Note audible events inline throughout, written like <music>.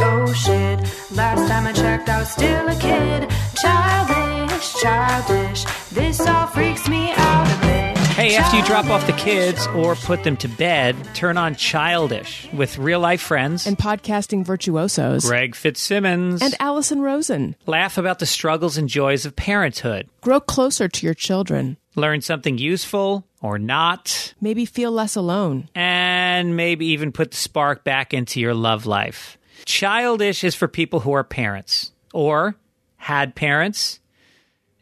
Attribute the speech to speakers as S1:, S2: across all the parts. S1: oh time I checked, I was still a kid. Childish, childish. This all freaks me out a bit.
S2: Hey, after you drop off the
S1: Childish.
S2: kids or put them to bed, turn on Childish with real life friends
S3: and podcasting virtuosos
S2: Greg Fitzsimmons
S3: and Allison Rosen.
S2: laugh about the struggles and joys of parenthood.
S3: Grow closer to your children.
S2: Learn something useful or not,
S3: Maybe feel less alone.
S2: and maybe even put the spark back into your love life. Childish is for people who are parents or had parents.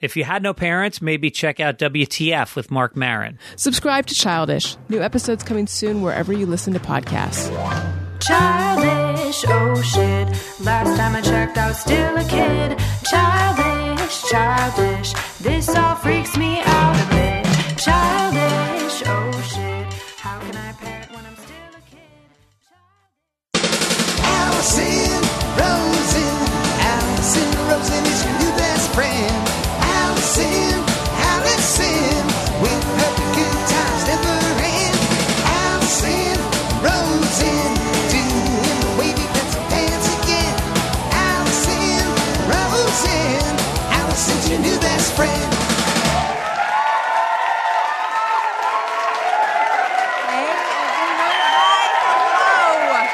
S2: If you had no parents, maybe check out WTF with Mark Marin.
S3: Subscribe to Childish. New episodes coming soon wherever you listen to podcasts.
S1: Childish, oh shit. Last time I checked, I was still a kid. Childish, childish. This all freaks me out a bit. Childish, oh shit. How can I parent when I'm still a kid?
S4: Allison Rosen, Allison Rosen is your new best friend. Allison, Allison, with her good times never end. Allison Rosen, doing the wavy pencil dance again. Allison Rosen, Allison's your new best friend.
S5: Hey, everyone. Hi.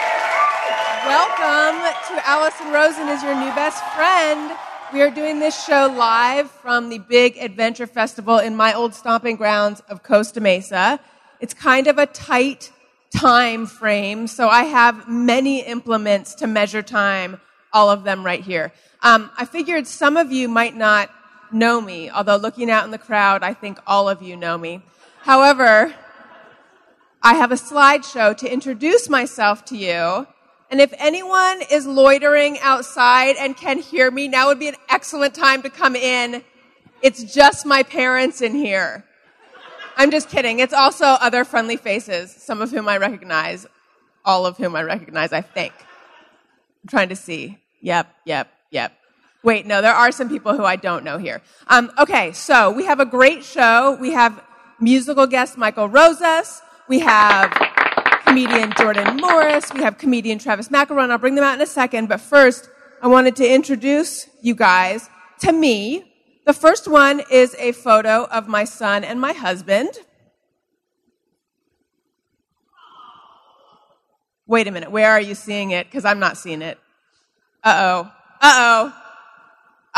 S5: Hello. Welcome to Allison Rosen is your new best friend. We are doing this show live from the Big Adventure Festival in my old stomping grounds of Costa Mesa. It's kind of a tight time frame, so I have many implements to measure time, all of them right here. Um, I figured some of you might not know me, although looking out in the crowd, I think all of you know me. However, I have a slideshow to introduce myself to you. And if anyone is loitering outside and can hear me, now would be an excellent time to come in. It's just my parents in here. I'm just kidding. It's also other friendly faces, some of whom I recognize, all of whom I recognize, I think. I'm trying to see. Yep, yep, yep. Wait, no, there are some people who I don't know here. Um, okay, so we have a great show. We have musical guest Michael Rosas. We have comedian Jordan Morris. We have comedian Travis Macaron. I'll bring them out in a second. But first, I wanted to introduce you guys to me. The first one is a photo of my son and my husband. Wait a minute, where are you seeing it? Because I'm not seeing it. Uh oh. Uh oh.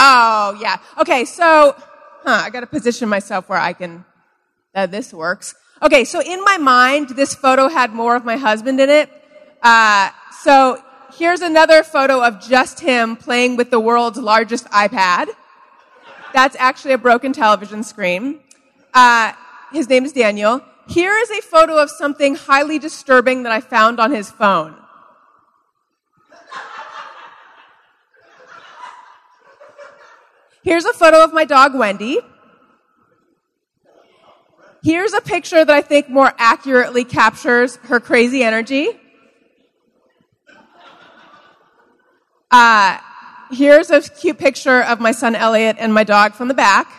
S5: Oh, yeah. Okay, so, huh, I gotta position myself where I can, uh, this works. Okay, so in my mind, this photo had more of my husband in it. Uh, so here's another photo of just him playing with the world's largest iPad. That's actually a broken television screen. Uh, his name is Daniel. Here is a photo of something highly disturbing that I found on his phone. Here's a photo of my dog, Wendy. Here's a picture that I think more accurately captures her crazy energy. Uh, here's a cute picture of my son Elliot and my dog from the back.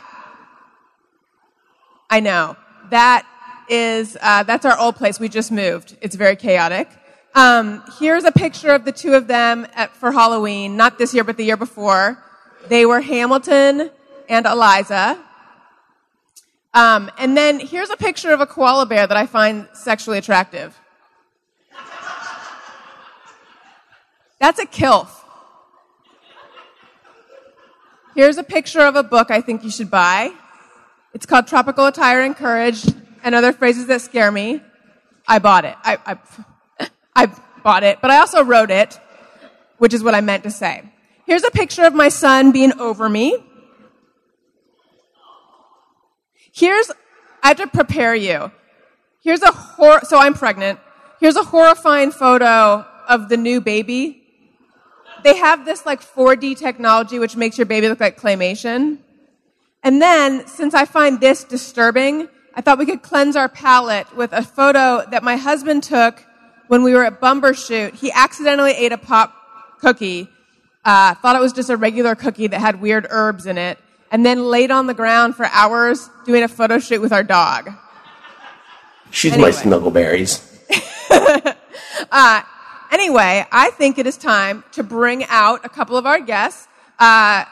S5: I know that is uh, that's our old place. We just moved. It's very chaotic. Um, here's a picture of the two of them at, for Halloween, not this year, but the year before. They were Hamilton and Eliza. Um, and then here's a picture of a koala bear that I find sexually attractive. That's a kilf. Here's a picture of a book I think you should buy. It's called Tropical Attire and Courage and Other Phrases That Scare Me. I bought it. I, I, <laughs> I bought it, but I also wrote it, which is what I meant to say. Here's a picture of my son being over me. Here's, I have to prepare you. Here's a hor, so I'm pregnant. Here's a horrifying photo of the new baby. They have this like 4D technology which makes your baby look like claymation. And then, since I find this disturbing, I thought we could cleanse our palate with a photo that my husband took when we were at Bumbershoot. He accidentally ate a pop cookie, uh, thought it was just a regular cookie that had weird herbs in it, and then laid on the ground for hours doing a photo shoot with our dog.
S6: She's
S5: Anyway.
S6: my snuggleberries.
S5: Anyway, I think it is time to bring out a couple of our guests. Uh,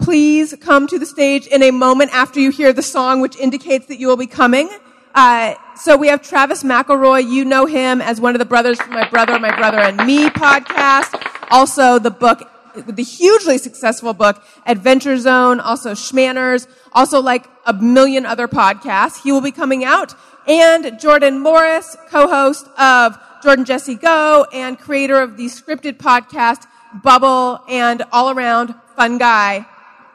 S5: please come to the stage in a moment after you hear the song, which indicates that you will be coming. Uh, so we have Travis McElroy. You know him as one of the brothers from My Brother, My Brother and Me podcast. Also, the book, the hugely successful book, Adventure Zone. Also, Schmanners. Also, like a million other podcasts. He will be coming out. And Jordan Morris, co-host of Jordan Jesse Go and creator of the scripted podcast Bubble and all around fun guy.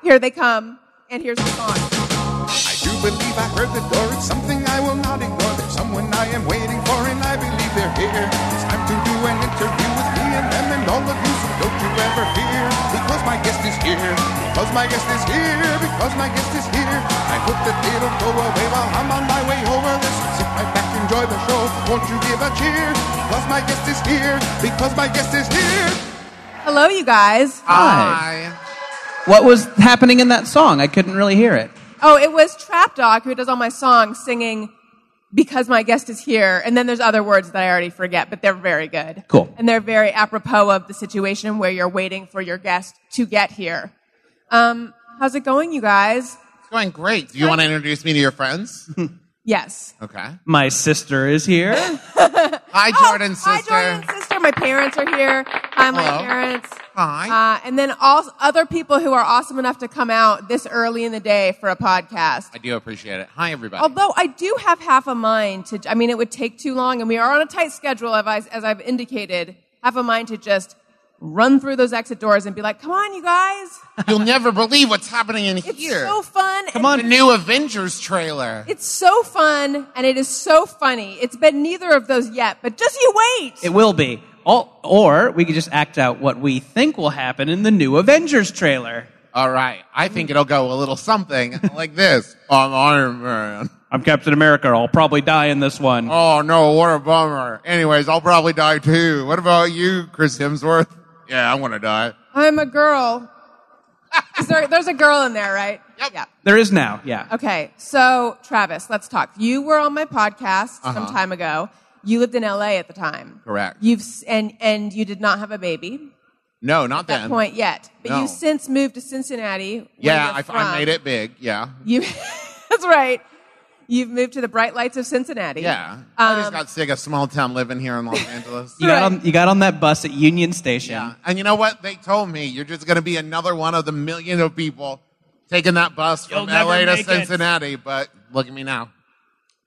S5: Here they come, and here's the song.
S4: I do believe I heard the door. It's something I will not ignore. There's someone I am waiting for, and I believe they're here. It's time to do an interview with me and them and all of you, so don't you ever fear. Because my guest is here. Because my guest is here. Because my guest is here. I hope that they don't go away while I'm on my way over. Let's sit right back, enjoy the show. Won't you give a cheer? Because my guest is here. Because my guest is here.
S5: Hello, you guys.
S6: Ah. Hi. What was happening in that song? I couldn't really hear it.
S5: Oh, it was Trap Dog who does all my songs singing because my guest is here, and then there's other words that I already forget, but they're very good.
S6: Cool.
S5: and they're very apropos of the situation where you're waiting for your guest to get here. Um, how's it going, you guys?
S7: It's going great. Do you want to introduce me to your friends?
S5: Yes.
S7: Okay.
S6: My sister is here.
S7: Oh, Hi, Jordan's
S5: Oh, Hi,
S7: sister.
S5: Jordan's sister. My parents are here. Hi, my
S7: Hello.
S5: parents.
S7: Hi.
S5: Uh, and then all other people who are awesome enough to come out this early in the day for a podcast.
S7: I do appreciate it. Hi, everybody.
S5: Although I do have half a mind to, I mean, it would take too long, and we are on a tight schedule, as, I, as I've indicated. Half a mind to just run through those exit doors and be like, "Come on, you guys!
S7: You'll never believe what's happening in
S5: It's
S7: here.
S5: so fun!" Come
S7: the new Avengers trailer.
S5: It's so fun and it is so funny. It's been neither of those yet, but just you wait.
S6: <laughs> It will be. All, or we could just act out what we think will happen in the new Avengers trailer.
S7: All right. I think it'll go a little something <laughs> like this. I'm Iron Man.
S6: I'm Captain America. I'll probably die in this one.
S7: Oh, no. What a bummer. Anyways, I'll probably die too. What about you, Chris Hemsworth? Yeah, I want to die.
S5: I'm a girl. Is there, there's a girl in there, right?
S7: Yep.
S5: Yeah.
S6: There is now. Yeah.
S5: Okay. So, Travis, let's talk. You were on my podcast some time ago. You lived in LA at the time.
S7: Uh-huh. Correct.
S5: You've s- and and you did not have a baby
S7: No, not
S5: at that
S7: then.
S5: point yet. But
S7: No.
S5: you since moved to Cincinnati. where
S7: Yeah,
S5: you're
S7: I,
S5: from.
S7: I made it big. Yeah.
S5: You <laughs> That's right. You've moved to the bright lights of Cincinnati.
S7: Yeah. I just
S5: Um,
S7: got sick of small town living here
S5: <laughs>
S7: in Los Angeles.
S6: You got, on, you got on that bus at Union Station.
S7: Yeah. And you know what? They told me you're just going to be another one of the million of people taking that bus from LA to Cincinnati. But look at me now.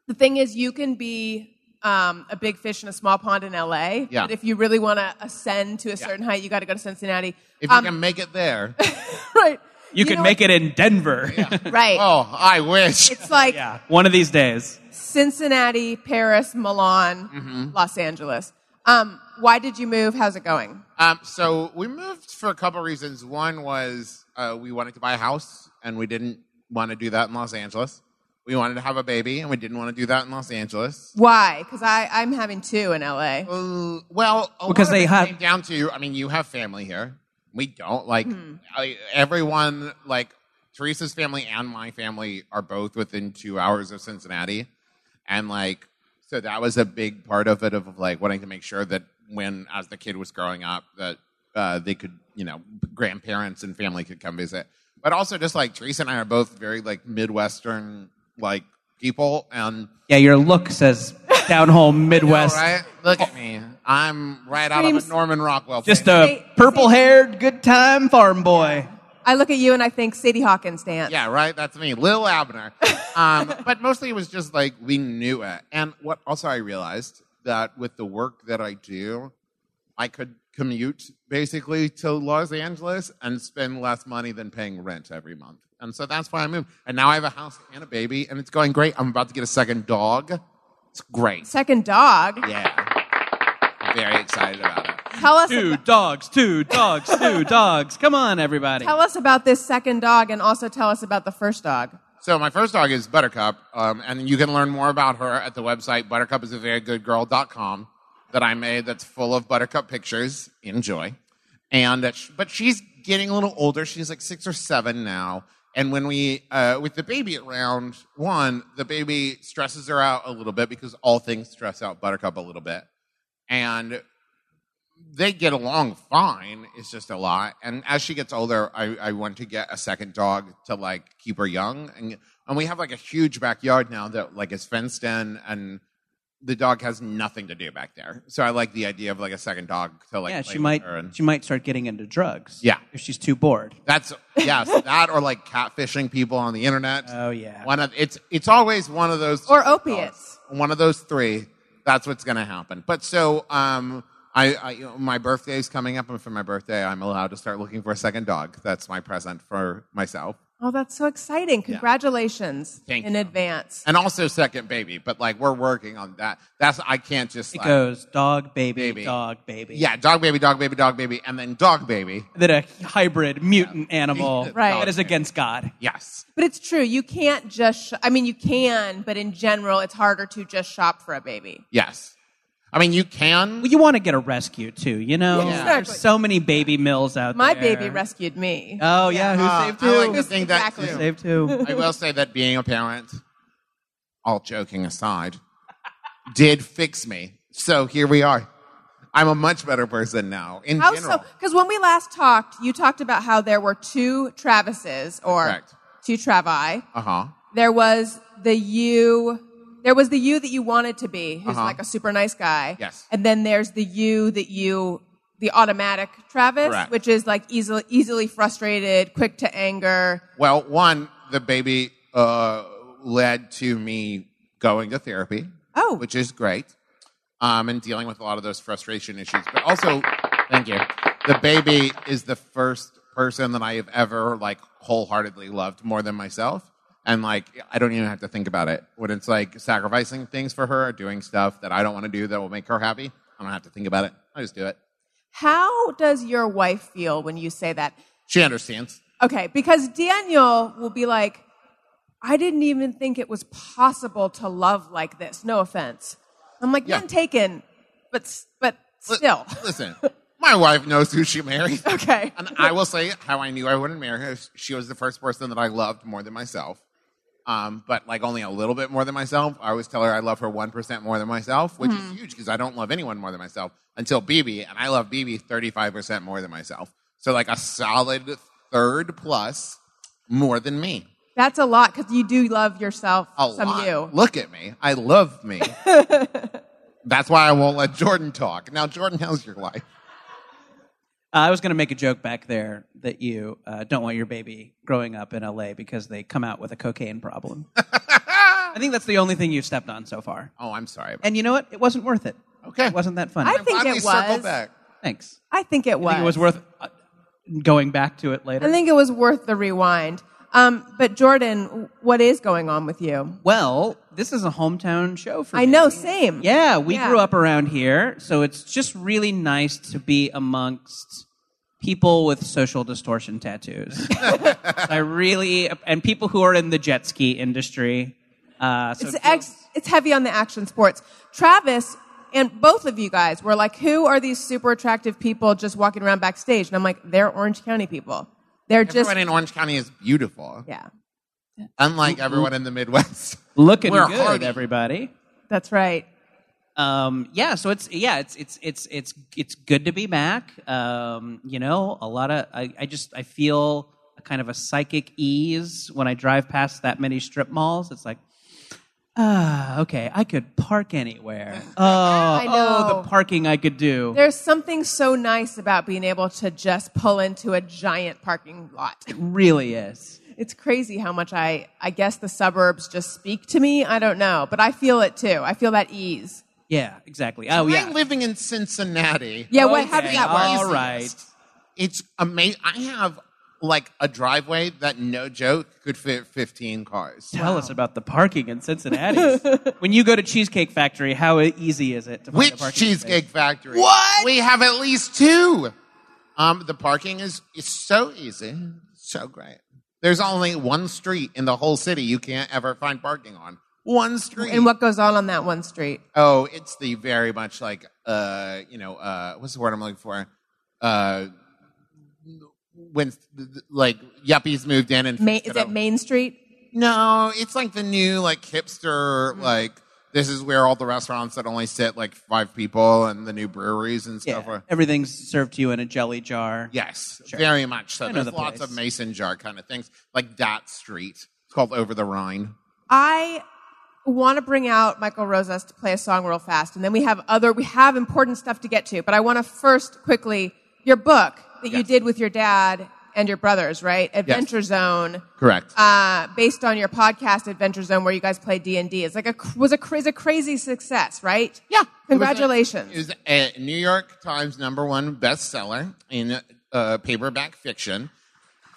S5: the thing is you can be um, a big fish in a small pond in LA.
S7: Yeah.
S5: But if you really want to ascend to a certain height, you got to go to Cincinnati.
S7: If
S5: Um,
S7: you can make it there.
S5: <laughs>
S7: <laughs>
S5: right.
S6: You, could
S5: know
S6: make it in Denver. <laughs>
S5: what? right.
S7: oh, I wish.
S5: It's like
S6: yeah. One of these days.
S5: Cincinnati, Paris, Milan,
S7: Mm-hmm.
S5: Los Angeles. Um, why did you move? How's it going?
S7: Um, so we moved for a couple reasons. One was uh, we wanted to buy a house, and we didn't want to do that in Los Angeles. We wanted to have a baby, and we didn't want to do that in Los Angeles.
S5: Why? Because I'm having two in LA.
S7: Uh, well, a lot
S6: Because
S7: of
S6: they
S7: it
S6: have-
S7: came down to. I mean, you have family here. We don't like I, everyone. Like Teresa's family and my family are both within two hours of Cincinnati, and like so that was a big part of it of like wanting to make sure that when as the kid was growing up that uh, they could you know grandparents and family could come visit, but also just like Teresa and I are both very like Midwestern like people and.
S6: Yeah, your look says down home Midwest.
S7: All right, look at me. I'm right out of
S5: Screams-
S7: a Norman Rockwell.
S6: Just
S7: painting.
S6: a purple haired, good time farm boy.
S5: I look at you and I think Sadie Hawkins dance.
S7: yeah, right. That's me, Lil Abner. Um, but mostly it was just like we knew it. And what also I realized that with the work that I do, I could commute basically to Los Angeles and spend less money than paying rent every month. And so that's why I moved. And now I have a house and a baby, and it's going great. I'm about to get a second dog. It's great.
S5: Second dog.
S7: Yeah. I'm very excited about it.
S5: Tell us.
S6: Two
S5: ab-
S6: dogs, two dogs, two dogs. Come on, everybody.
S5: tell us about this second dog, and also tell us about the first dog.
S7: So my first dog is Buttercup, um, and you can learn more about her at the website buttercupisaverygoodgirl.com that I made that's full of Buttercup pictures. Enjoy. And uh, sh- but she's getting a little older. She's like six or seven now. And when we uh, with the baby at round one, the baby stresses her out a little bit because all things stress out Buttercup a little bit. And they get along fine. It's just a lot. And as she gets older, I, I want to get a second dog to like keep her young. And and we have like a huge backyard now that like is fenced in and the dog has nothing to do back there. So I like the idea of like a second dog to like
S6: yeah,
S7: play
S6: she
S7: with
S6: might
S7: her and-
S6: she might start getting into drugs.
S7: Yeah.
S6: if she's too bored.
S7: That's yes, that or like catfishing people on the internet.
S6: <laughs> Oh, yeah.
S7: one of it's it's always one of those
S5: Or opiates.
S7: One of those three. That's what's going to happen. But so um, I, I you know, my birthday's coming up, and for my birthday, I'm allowed to start looking for a second dog. That's my present for myself,
S5: Oh, that's so exciting. Congratulations
S7: Thank
S5: in
S7: you.
S5: advance.
S7: and also second baby. But like we're working on that. That's I can't just
S6: It
S7: like,
S6: goes dog baby,
S7: Baby.
S6: dog baby.
S7: yeah, dog baby, dog baby, dog baby, and then dog baby.
S6: that a hybrid mutant animal
S5: Right.
S6: that is against God.
S7: Yes.
S5: But it's true. You can't just, sh- I mean, you can, but in general, it's harder to just shop for a baby.
S7: Yes. I mean, you can.
S6: Well, you want to get a rescue too, you know.
S5: Yeah.
S6: There's
S5: Exactly.
S6: so many baby mills out
S5: My
S6: there.
S5: baby rescued me.
S6: Oh yeah, who
S7: Uh,
S6: saved
S7: I like
S6: who?
S7: to think that
S5: Exactly.
S7: too.
S6: saved
S5: <laughs>
S6: who?
S7: I will say that being a parent, all joking aside, did fix me. So here we are. I'm a much better person now in
S5: How so?
S7: general.
S5: Because when we last talked, you talked about how there were two Travises or
S7: Correct.
S5: two Travi.
S7: Uh huh.
S5: There was the you. There was the you that you wanted to be, who's like a super nice guy.
S7: Uh-huh. Yes.
S5: And then there's the you that you, the automatic Travis,
S7: Correct.
S5: which is like easily easily frustrated, quick to anger.
S7: Well, one, the baby uh, led to me going to therapy.
S5: Oh.
S7: which is great, um, and dealing with a lot of those frustration issues. But also, thank you. The baby is the first person that I have ever like wholeheartedly loved more than myself, and like I don't even have to think about it when it's like sacrificing things for her or doing stuff that I don't want to do that will make her happy. I don't have to think about it. I just do it.
S5: How does your wife feel when you say that?
S7: She understands.
S5: Okay, because Daniel will be like, I didn't even think it was possible to love like this. No offense. I'm like,
S7: Yeah.
S5: none taken, but s- but
S7: Li-
S5: still.
S7: <laughs> Listen, my wife knows who she married.
S5: <laughs> Okay.
S7: And I will say how I knew I wouldn't marry her. She was the first person that I loved more than myself. Um, but like only a little bit more than myself. I always tell her I love her 1% more than myself, which
S5: Mm-hmm.
S7: is huge because I don't love anyone more than myself until BB. And I love BB 35% more than myself. So like a solid third plus more than me.
S5: <laughs> That's a lot because you do love yourself
S7: A
S5: some
S7: lot.
S5: you.
S7: Look at me. I
S5: <laughs>
S7: love me. That's why I won't let Jordan talk. Now, Jordan, how's your life?
S6: Uh, I was going to make a joke back there that you uh, don't want your baby growing up in LA because they come out with a
S7: <laughs>
S6: cocaine problem. I think that's the only thing you've stepped on so far.
S7: Oh, I'm sorry. about
S6: And you know what? It wasn't worth it.
S7: Okay.
S6: It wasn't that funny.
S5: I think
S7: Finally
S5: it
S7: circle
S5: was.
S7: back.
S6: Thanks.
S5: I think it was.
S6: I think it was worth uh, going back to it later.
S5: I think it was worth the rewind. Um, but Jordan, what is going on with you?
S6: well, this is a hometown show for
S5: I
S6: me.
S5: know, same.
S6: Yeah, we
S5: Yeah.
S6: grew up around here, so it's just really nice to be amongst people with social distortion tattoos.
S7: <laughs>
S6: I really and people who are in the jet ski industry. Uh, so
S5: It's ex- it's heavy on the action sports. Travis and both of you guys were like, "Who are these super attractive people just walking around backstage?" And I'm like, "They're Orange County people. They're just
S7: everyone in Orange County is beautiful.
S5: yeah, Mm-hmm.
S7: Unlike everyone in the Midwest.
S5: <laughs>
S6: looking
S7: We're
S6: good,
S7: hardy.
S6: everybody.
S5: that's right."
S6: Um, yeah, so it's yeah, it's it's it's it's it's good to be back. Um, you know, a lot of I, I just I feel a kind of a psychic ease when I drive past that many strip malls. It's like ah, okay, I could
S7: <laughs>
S6: park anywhere. Oh, oh,
S5: know.
S6: the parking I could do.
S5: There's something so nice about being able to just pull into a giant parking lot. <laughs>
S6: It really is.
S5: It's crazy how much I I guess the suburbs just speak to me. I don't know, but I feel it too. I feel that ease.
S6: Yeah, exactly. Oh yeah.
S7: I'm living in Cincinnati.
S5: Yeah, what how did
S6: Okay,
S5: that work?
S6: All right.
S7: It's amazing. I have like a driveway that no joke could fit 15 cars.
S6: Tell us about the parking in Cincinnati.
S7: <laughs>
S6: when you go to Cheesecake Factory, how e-, easy is it to find a
S7: Which
S6: parking space?
S7: Cheesecake Factory? What? We have at least two. Um, the parking is, is so easy, so great. There's only one street in the whole city you can't ever find parking on. One street.
S5: And what goes on on that one street?
S7: Oh, it's the very much like uh, you know, uh, what's the word I'm looking for? Uh, when like yuppies moved in and
S5: Main,
S7: fixed
S5: is it
S7: up.
S5: Main Street?
S6: Mm.
S7: No, it's like the new like hipster like this is where all the restaurants that only sit like five people and the new breweries and
S6: Yeah.
S7: stuff are.
S6: Everything's served to you in a jelly jar.
S7: Yes,
S6: Sure.
S7: very much so.
S6: know
S7: There's
S6: the
S7: lots
S6: place.
S7: of mason jar kind of things, like Dot Street. It's called Over the Rhine.
S5: I want to bring out Michael Rosas to play a song real fast, and then we have other we have important stuff to get to. But I want to first quickly your book that you
S7: Yes.
S5: did with your dad and your brothers, right? Adventure Zone,
S7: Correct.
S5: uh, based on your podcast Adventure Zone, where you guys play D and D. It's like a cr- was a cra- is a crazy success, right?
S7: Yeah.
S5: Congratulations.
S7: It was a New York Times number one bestseller in uh, paperback fiction.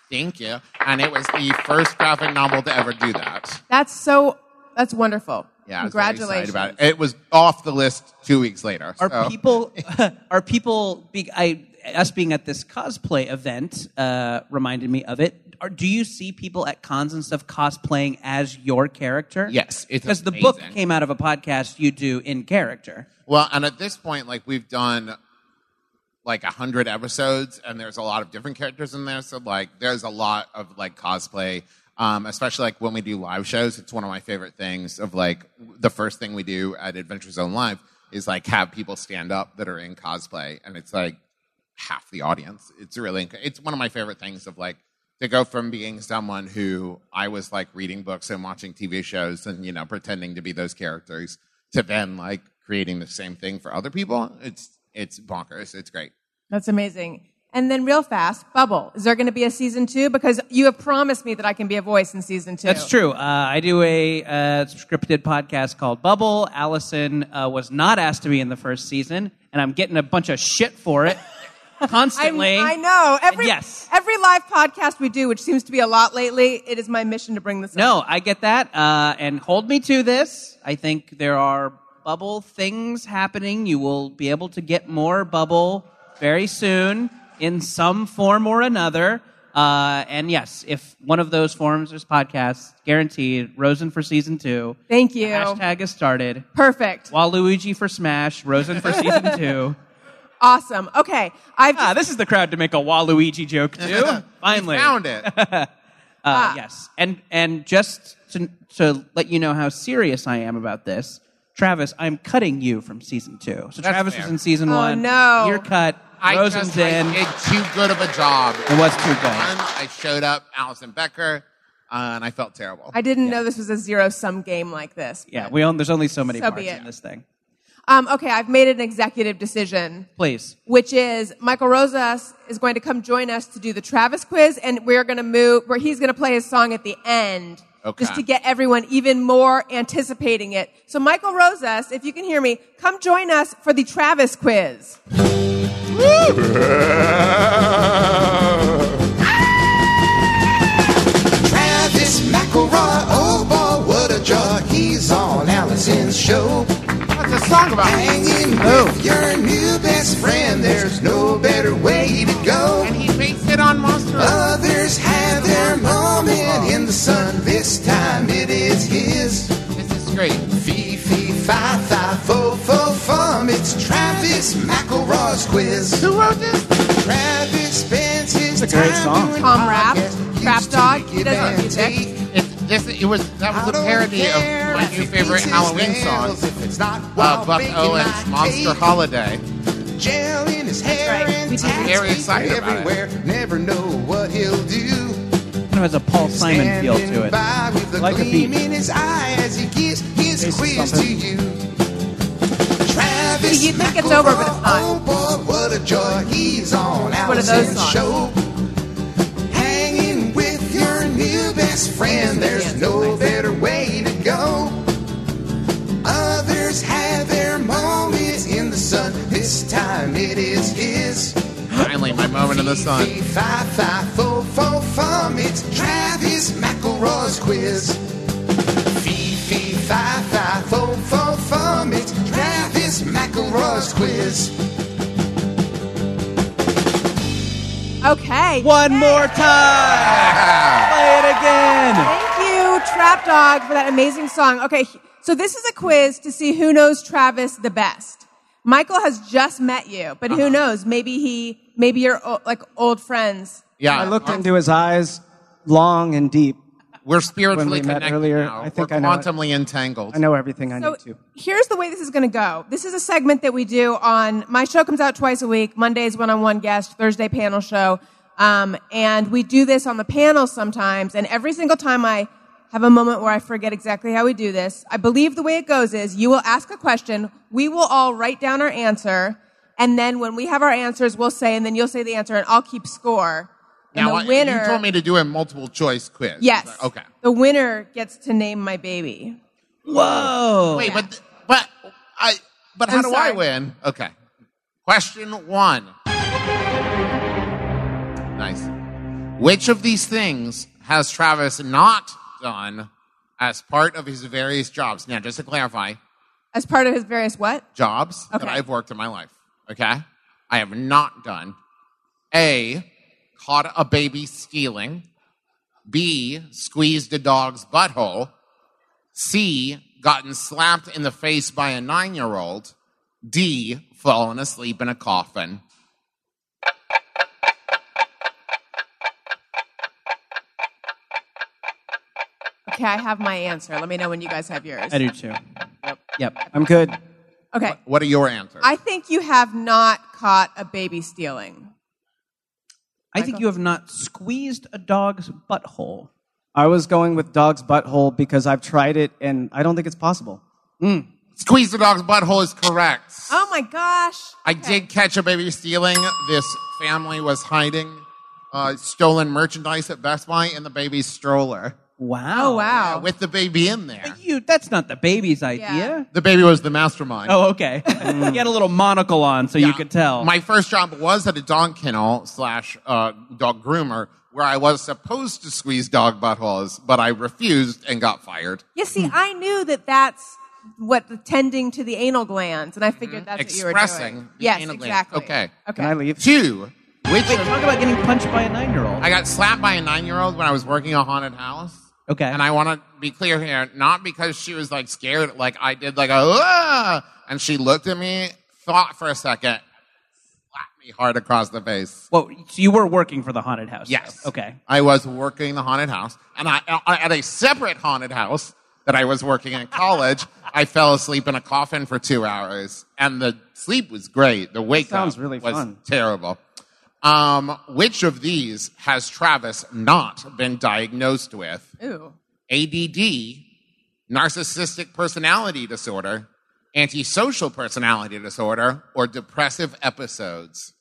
S7: Thank you. And it was the first graphic novel to ever do that.
S5: that's so that's wonderful.
S7: Yeah, I was very excited
S5: congratulations.
S7: about it. It was off the list two weeks later.
S6: Are
S7: so- <laughs>
S6: people? <laughs> are people? Be, I us being at this cosplay event uh, reminded me of it. Are, do you see people at cons and stuff cosplaying as your character?
S7: Yes, it's
S6: because the book
S7: amazing.
S6: came out of a podcast you do in character.
S7: Well, and at this point, like we've done like a hundred episodes, and there's a lot of different characters in there. So like, there's a lot of like cosplay, um, especially like when we do live shows. It's one of my favorite things. Of like, the first thing we do at Adventure Zone Live is like have people stand up that are in cosplay, and it's like half the audience. It's really it's one of my favorite things of like to go from being someone who I was like reading books and watching TV shows and you know pretending to be those characters to then like creating the same thing for other people. It's it's bonkers. It's great.
S5: That's amazing. And then, real fast, Bubble. Is there going to be a season two? Because you have promised me that I can be a voice in season two.
S6: That's true. Uh, I do a uh, scripted podcast called Bubble. Allison uh, was not asked to be in the first season, and I'm getting a bunch of shit for it
S5: <laughs> I'm,
S6: constantly.
S5: I know every
S6: yes.
S5: every live podcast we do, which seems to be a lot lately. It is my mission to bring this. up.
S6: No, I get that. Uh, and hold me to this. I think there are bubble things happening. You will be able to get more bubble very soon in some form or another. Uh, and yes, if one of those forms is podcasts, guaranteed, Rosen for season two.
S5: Thank you.
S6: Hashtag is started.
S5: Perfect.
S6: Waluigi for Smash, Rosen for season two.
S5: Awesome. Okay, I've
S6: <laughs> Ah, this is the crowd to make a Waluigi
S7: <laughs>
S6: joke too. <laughs> Finally,
S7: Found it.
S6: Uh, yes, and and just to to let you know how serious I am about this, Travis, I'm cutting you from season two. So Travis
S7: fair.
S6: was in season
S5: Oh,
S6: one.
S5: no.
S6: you're cut.
S7: I
S6: Rosen's
S7: just like,
S6: in.
S7: did too good of a job.
S6: It was too good.
S7: I showed up, Allison Becker, uh, and I felt terrible.
S5: I didn't know this was a zero sum game like this.
S6: Yeah, we own. There's only so many
S5: So be
S6: parts
S5: it.
S6: in this thing.
S5: Um, okay, I've made an executive decision,
S6: Please.
S5: which is Michael Rosas is going to come join us to do the Travis quiz, and we're going to move where he's going to play his song at the end,
S7: Okay.
S5: just to get everyone even more anticipating it. So, Michael Rosas, if you can hear me, come join us for the Travis quiz.
S4: Travis McElroy, oh boy, what a draw. He's on Allison's show.
S7: What's this song about?
S4: Hanging with your new best friend, there's no better way to go.
S7: And he based it on Monster.
S4: Others have their moment in the sun, this time it is his.
S7: This is great.
S4: Fee, fee, fi, fi, fo, fo, fum, it's Travis McElroy's quiz.
S7: Who wrote this?
S4: Travis spends his
S6: It's a great
S4: time
S6: song.
S4: doing
S5: Tom Rapp,
S4: podcasts.
S5: Rap
S4: Used to
S5: Dog,
S4: make
S5: he
S4: it
S5: doesn't
S4: and
S5: do that.
S4: take.
S7: It's, this, it was that
S4: I
S7: was a
S4: don't
S7: parody of
S4: care
S7: my
S4: if
S7: new
S4: he
S7: favorite
S4: beats his
S7: Halloween song,
S4: nails, if it's not
S7: uh,
S4: while
S7: Buck
S4: baking
S7: Owens'
S4: my
S7: Monster
S4: cake.
S7: Holiday.
S4: Gel in his hair
S5: right.
S4: and
S5: We did
S4: tats
S7: that. Very
S4: paper
S7: excited about it.
S4: everywhere. Never know what he'll do.
S6: Kind of has a Paul Simon feel
S4: Standing
S6: to it.
S4: by with a
S6: Like a
S4: gleam
S6: beat.
S4: in his eye as he gives his
S6: There's
S4: quiz
S6: something.
S4: to you. Travis
S5: See, you'd think it's over, but it's not.
S4: Oh boy, what a joy he's on
S5: one of those
S4: Allison's
S5: songs.
S4: show. Hanging with your new best friend, there's no better way to go. Others have their moments in the sun. This time it is his.
S7: Finally, my moment in the sun.
S4: Fee, fi, fi, fo, fo, fum. It's Travis McElroy's quiz. Fee, fee, fi, fi, fo, fo, fum. It's Travis McElroy's quiz.
S5: Okay.
S6: One more time. Play it again.
S5: Thank you, Trap Dog, for that amazing song. Okay, he- so this is a quiz to see who knows Travis the best. Michael has just met you, but who knows? Maybe he, maybe you're o- like old friends.
S7: Yeah,
S8: I looked into his eyes long and deep.
S7: We're spiritually
S8: When we met
S7: connected
S8: earlier,
S7: now.
S8: I think
S7: We're
S8: I know it.
S7: quantumly entangled.
S8: I know Oh, everything I
S5: So
S8: need to.
S5: here's the way this is going to go. This is a segment that we do on my show comes out twice a week. Monday's one-on-one guest, Thursday panel show, um, and we do this on the panel sometimes. And every single time I have a moment where I forget exactly how we do this, I believe the way it goes is you will ask a question, we will all write down our answer, and then when we have our answers, we'll say, and then you'll say the answer, and I'll keep score. And
S7: Now,
S5: the
S7: I-
S5: winner,
S7: you told me to do a multiple choice quiz.
S5: yes,
S7: Okay.
S5: the winner gets to name my baby.
S6: Whoa.
S7: Wait, but th- but I but how
S5: Oh. I'm
S7: do I
S5: sorry.
S7: win? Okay. Question one. Nice. Which of these things has Travis not done as part of his various jobs? Now, just to clarify,
S5: As part of his various what?
S7: jobs that
S5: Okay.
S7: I've worked in my life. Okay? I have not done A, caught a baby stealing, B, squeezed a dog's butthole, C, gotten slapped in the face by a nine year old, D, fallen asleep in a coffin.
S5: Okay, I have my answer. Let me know when you guys have yours.
S6: I do too. Yep. Yep.
S8: I'm good.
S5: Okay.
S7: What are your answers?
S5: I think you have not caught a baby stealing.
S6: I think you have not squeezed a dog's butthole.
S8: I was going with dog's butthole because I've tried it and I don't think it's possible.
S7: Squeeze the dog's butthole is correct.
S5: Oh my gosh.
S7: I did catch a baby stealing. This family was hiding uh, stolen merchandise at Best Buy in the baby's stroller.
S6: Wow.
S5: Oh wow.
S7: with the baby in there.
S6: You that's not the baby's idea.
S5: Yeah.
S7: The baby was the mastermind.
S6: Oh, okay. <laughs> he had a little monocle on so you could tell.
S7: My first job was at a dog kennel slash uh, dog groomer where I was supposed to squeeze dog buttholes, but I refused and got fired.
S5: you see, I knew that that's what the tending to the anal glands, and I figured that's what you
S7: Mm-hmm. Expressing
S5: were doing.
S7: the
S5: yes,
S7: anal gland.
S5: exactly.
S7: Okay.
S5: Okay.
S8: Can I leave?
S7: Two, which
S6: Wait, talk about getting punched by a nine year old.
S7: I got slapped by a nine year old when I was working a haunted house.
S6: Okay.
S7: And I want to be clear here, not because she was like scared, like I did, like a, "Ah!" and she looked at me, thought for a second, slapped me hard across the face.
S6: Well, so you were working for the haunted house. though.
S7: Yes.
S6: Okay.
S7: I was working the haunted house, and I I- at a separate haunted house that I was working
S8: <laughs>
S7: in college. I fell asleep in a coffin for two hours, and the sleep was great. The wake
S8: Sounds
S7: up
S8: really
S7: was
S8: fun.
S7: terrible. Um, which of these has Travis not been diagnosed with?
S5: Ooh.
S7: ADD, narcissistic personality disorder, antisocial personality disorder, or depressive episodes?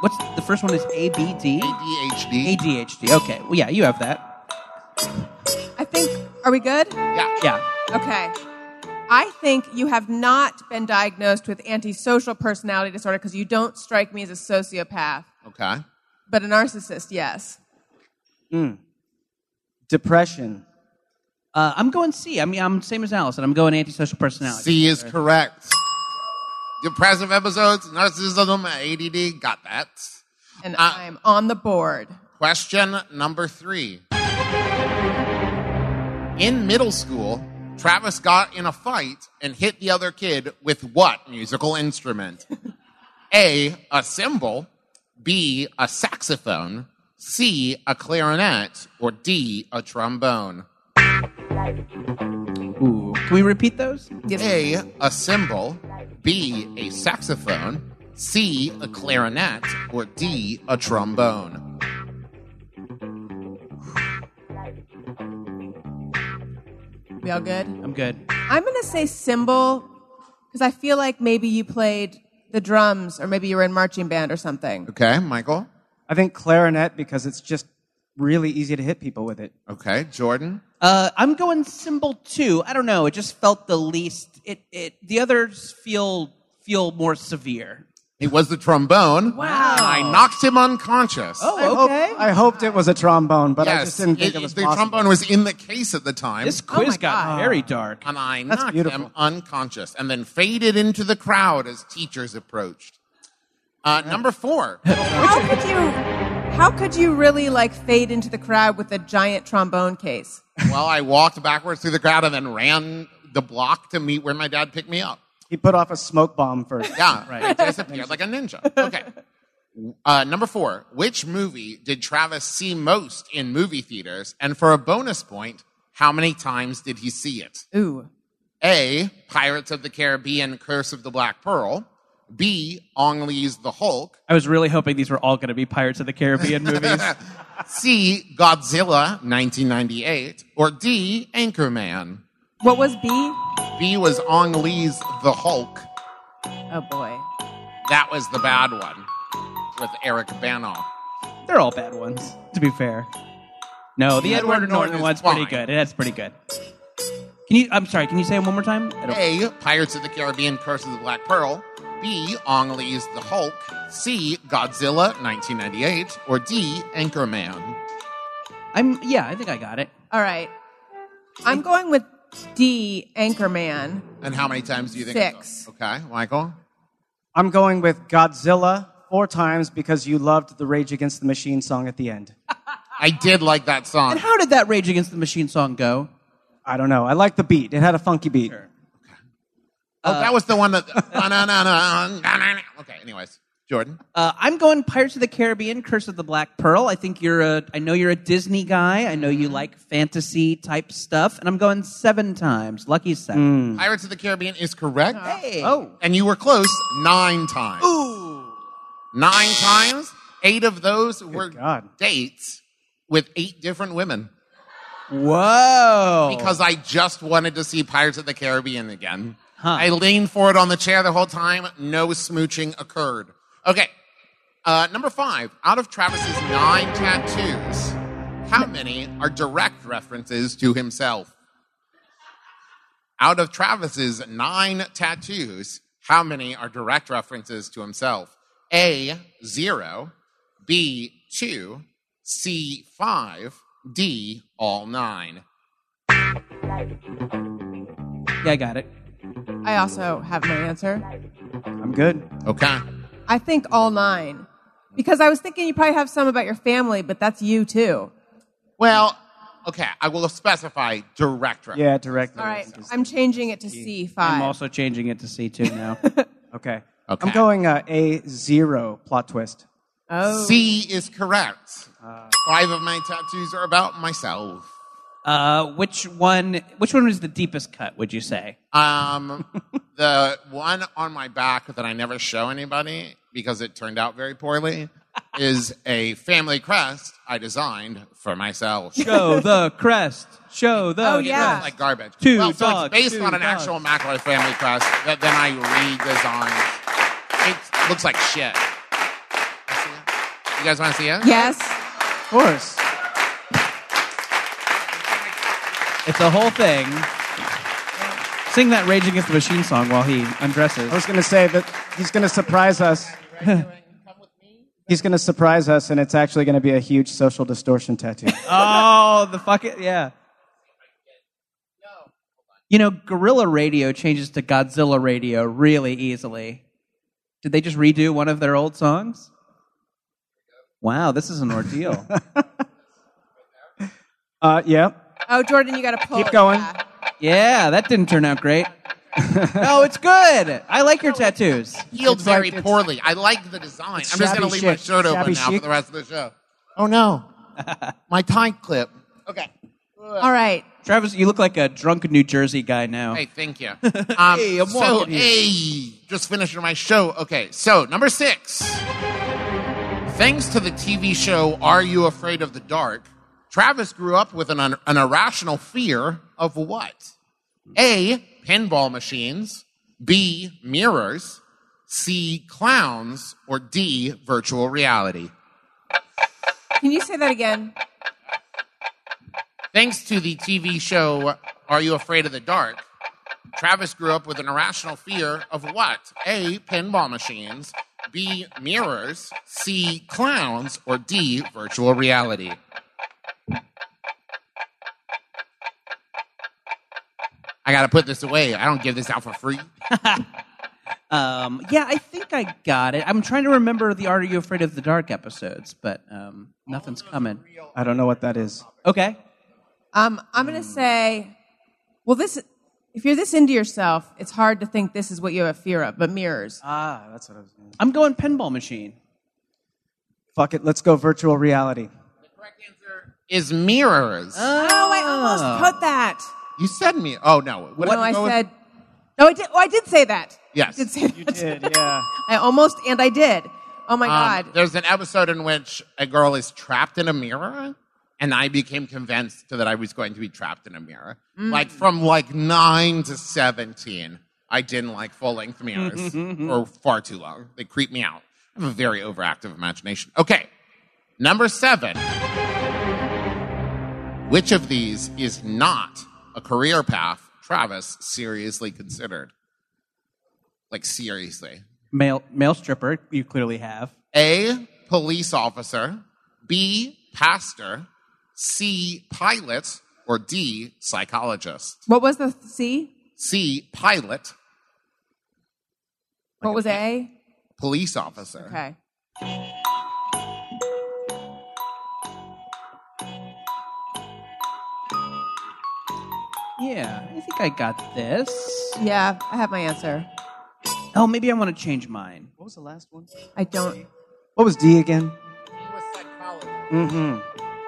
S6: What's the first one is ABD?
S7: ADHD.
S6: ADHD. Okay. Well, yeah, you have that.
S5: I think are we good?
S7: yeah.
S6: Yeah.
S5: Okay. I think you have not been diagnosed with antisocial personality disorder because you don't strike me as a sociopath,
S7: Okay.
S5: but a narcissist, yes.
S8: Depression.
S6: Uh, I'm going C. I mean, I'm same as Allison. I'm going antisocial personality.
S7: C is correct. Depressive episodes, narcissism, ADD, got that.
S5: And
S7: Uh,
S5: I'm on the board.
S7: Question number three. In middle school, Travis got in a fight and hit the other kid with what musical instrument? a, a cymbal, B, a saxophone, C, a clarinet, or D, a trombone?
S6: Ooh. Can we repeat those?
S7: A, a cymbal, B, a saxophone, C, a clarinet, or D, a trombone.
S5: We all good?
S6: I'm good.
S5: I'm gonna say cymbal because I feel like maybe you played the drums or maybe you were in marching band or something.
S7: Okay, Michael.
S8: I think clarinet because it's just really easy to hit people with it.
S7: Okay, Jordan.
S6: Uh, I'm going symbol two. I don't know. It just felt the least. It it the others feel feel more severe.
S7: It was the trombone. Wow. I knocked him unconscious.
S6: Oh, okay.
S8: I hoped it was a trombone, but I
S7: yes.
S8: just didn't think
S7: it-
S8: it, was
S7: the
S8: possible.
S7: trombone Oh was in the case at the time.
S6: This quiz
S5: my
S6: got
S5: God.
S6: very dark.
S7: and I
S8: That's
S7: knocked
S8: beautiful.
S7: him unconscious and then faded into the crowd as teachers approached. Uh,
S8: <laughs>
S7: Number four.
S5: How could you? How could you really like fade into the crowd with a giant trombone case?
S7: Well, I walked backwards through the crowd and then ran the block to meet where my dad picked me up.
S8: He put off a smoke bomb first.
S7: Yeah, right. It disappeared like a ninja. Okay. Uh, number four, which movie did Travis see most in movie theaters? And for a bonus point, how many times did he see it?
S5: Ooh.
S7: A. Pirates of the Caribbean: Curse of the Black Pearl. B. Ong Lee's The Hulk.
S6: I was really hoping these were all going to be Pirates of
S7: <laughs>
S6: the Caribbean movies.
S7: C. Godzilla 1998. Or D. Anchorman.
S5: What was B?
S7: B was Ong Lee's The Hulk.
S5: Oh boy.
S7: That was the bad one with Eric Bana.
S6: They're all bad ones, to be fair. No, the Edward,
S7: Edward Norton
S6: Norton
S7: is
S6: one's
S7: fine.
S6: pretty good. That's pretty good. Can you? I'm sorry. Can you say it one more time? I don't-
S7: A. Pirates of the Caribbean: Curse of the Black Pearl. B. Ong Lee's The Hulk. C. Godzilla 1998. Or D. Anchorman.
S6: I'm. Yeah, I think I got it.
S5: All right. I'm going with D, Anchorman.
S7: And how many times do you think?
S5: Six.
S7: it's- Okay, Michael.
S8: I'm going with Godzilla four times because you loved the Rage Against the Machine song at the end.
S7: I did like that song.
S6: And how did that Rage Against the Machine song go?
S8: I don't know. I like the beat. It had a funky beat.
S7: Oh, that was the one
S6: <laughs>
S7: that. <laughs> na-na-na-na, na-na-na. okay. Anyways, Jordan.
S6: Uh, I'm going Pirates of the Caribbean, Curse of the Black Pearl. I think you're a. I know you're a Disney guy. I know you like fantasy type stuff, and I'm going seven times. Lucky seven.
S7: Pirates of the Caribbean is correct.
S6: Hey.
S7: Hmm. Oh. And you were close nine times. Ooh. Nine times. Eight of those were
S8: God.
S7: dates with eight different women
S8: Mm.
S6: Whoa.
S7: because I just wanted to see Pirates of the Caribbean again. I leaned forward on the chair the whole time. No smooching occurred. Okay. Uh, number five. Out of Travis's nine tattoos, how many are direct references to himself? Out of Travis's nine tattoos, how many are direct references to himself? A, zero. B, two. C, five. D, all nine.
S6: yeah, I got it.
S5: I also have my answer.
S8: I'm good.
S7: Okay.
S5: I think all nine. Because I was thinking you probably have some about your family, but that's you too.
S7: Well, okay. I will specify direct reference.
S8: Yeah, directly.
S5: All right. I'm changing it to C5.
S6: I'm also changing it to <laughs> C2 now.
S8: Okay.
S7: Okay.
S8: I'm going uh, A zero plot twist.
S5: oh.
S7: C is correct. Five of my tattoos are about myself.
S6: uh, which one? Which one was the deepest cut? Would you say? <laughs>
S7: Um, the one on my back that I never show anybody because it turned out very
S6: <laughs>
S7: poorly is a family crest I designed for myself.
S6: Show the crest. Show the.
S5: Oh, yeah.
S7: It's like garbage.
S6: Two
S7: well, so
S6: dogs,
S7: it's based
S6: two
S7: on an
S6: dogs.
S7: actual McElroy family crest that then I redesigned. It looks like shit. You guys want to see it?
S5: Yes.
S8: Of course.
S6: It's a whole thing. Sing that Rage Against the Machine song while he undresses.
S8: I was going to say that he's going to surprise us. <laughs> he's going to surprise us, and it's actually going to be a huge social distortion tattoo.
S6: Oh, the fuck it, yeah. You know, Gorilla Radio changes to Godzilla Radio really easily. Did they just redo one of their old songs? Wow, this is an ordeal.
S8: Uh, yeah.
S5: Oh, Jordan, you got to pull.
S8: Keep going.
S5: Yeah.
S6: yeah, that didn't turn out great. no, it's good. I like your tattoos.
S7: healed
S8: It's like-
S7: very
S8: it's-
S7: poorly. I like the design. I'm just
S8: shabby
S7: going to leave my
S8: chic.
S7: shirt open
S8: Shabby
S7: now
S8: chic.
S7: for the rest of the show. Oh no, <laughs> my tie clip. Okay.
S5: All right.
S6: Travis, you look like a drunk New Jersey guy now.
S7: Hey, thank
S6: <laughs>
S7: you. Um,
S6: Hey, I'm
S7: so,
S6: walking here.
S7: hey, just finishing my show. Okay, so number six. Thanks to the TV show Are You Afraid of the Dark, Travis grew up with an, an irrational fear of what? A. Pinball machines. B. Mirrors. C. Clowns. Or D. Virtual reality.
S5: Can you say that again?
S7: Thanks to the TV show Are You Afraid of the Dark, Travis grew up with an irrational fear of what? A. Pinball machines, B. Mirrors, C. Clowns, or D. Virtual reality. I gotta put this away. I don't give this out for free.
S6: Um, yeah, I think I got it. I'm trying to remember the Are You Afraid of the Dark episodes, but um, nothing's coming.
S8: I don't know what that is.
S6: Okay.
S5: Um, I'm going to say, well, this,
S9: If you're this into yourself, it's hard to think this is what you have a fear of, but mirrors.
S8: Ah, that's what I was doing.
S6: I'm going pinball machine.
S8: Fuck it, let's go virtual reality.
S7: Is mirrors.
S9: oh, I almost put that.
S7: you said me. Oh, no. What
S9: No, I said. No, I did. Oh, I did say that.
S7: Yes.
S9: I did say that. <laughs>
S8: Did, yeah.
S9: I almost and I did. Oh my
S7: Um,
S9: god.
S7: there's an episode in which a girl is trapped in a mirror, and I became convinced that I was going to be trapped in a mirror. Like from like nine to seventeen, I didn't like full length mirrors for far too long. They creep me out. I have a very overactive imagination. Okay, number seven. Which of these is not a career path Travis seriously considered? Like seriously.
S6: Male male stripper. You clearly have.
S7: A, police officer. B, pastor. C, pilot. Or D, psychologist.
S9: What was the C?
S7: C, pilot,
S9: What was A?
S7: police officer.
S9: Okay.
S6: Yeah, I think I got this.
S9: Yeah, I have my answer.
S6: Oh, maybe I want to change mine.
S8: What was the last one?
S9: I don't.
S8: What was D again? Mm-hmm.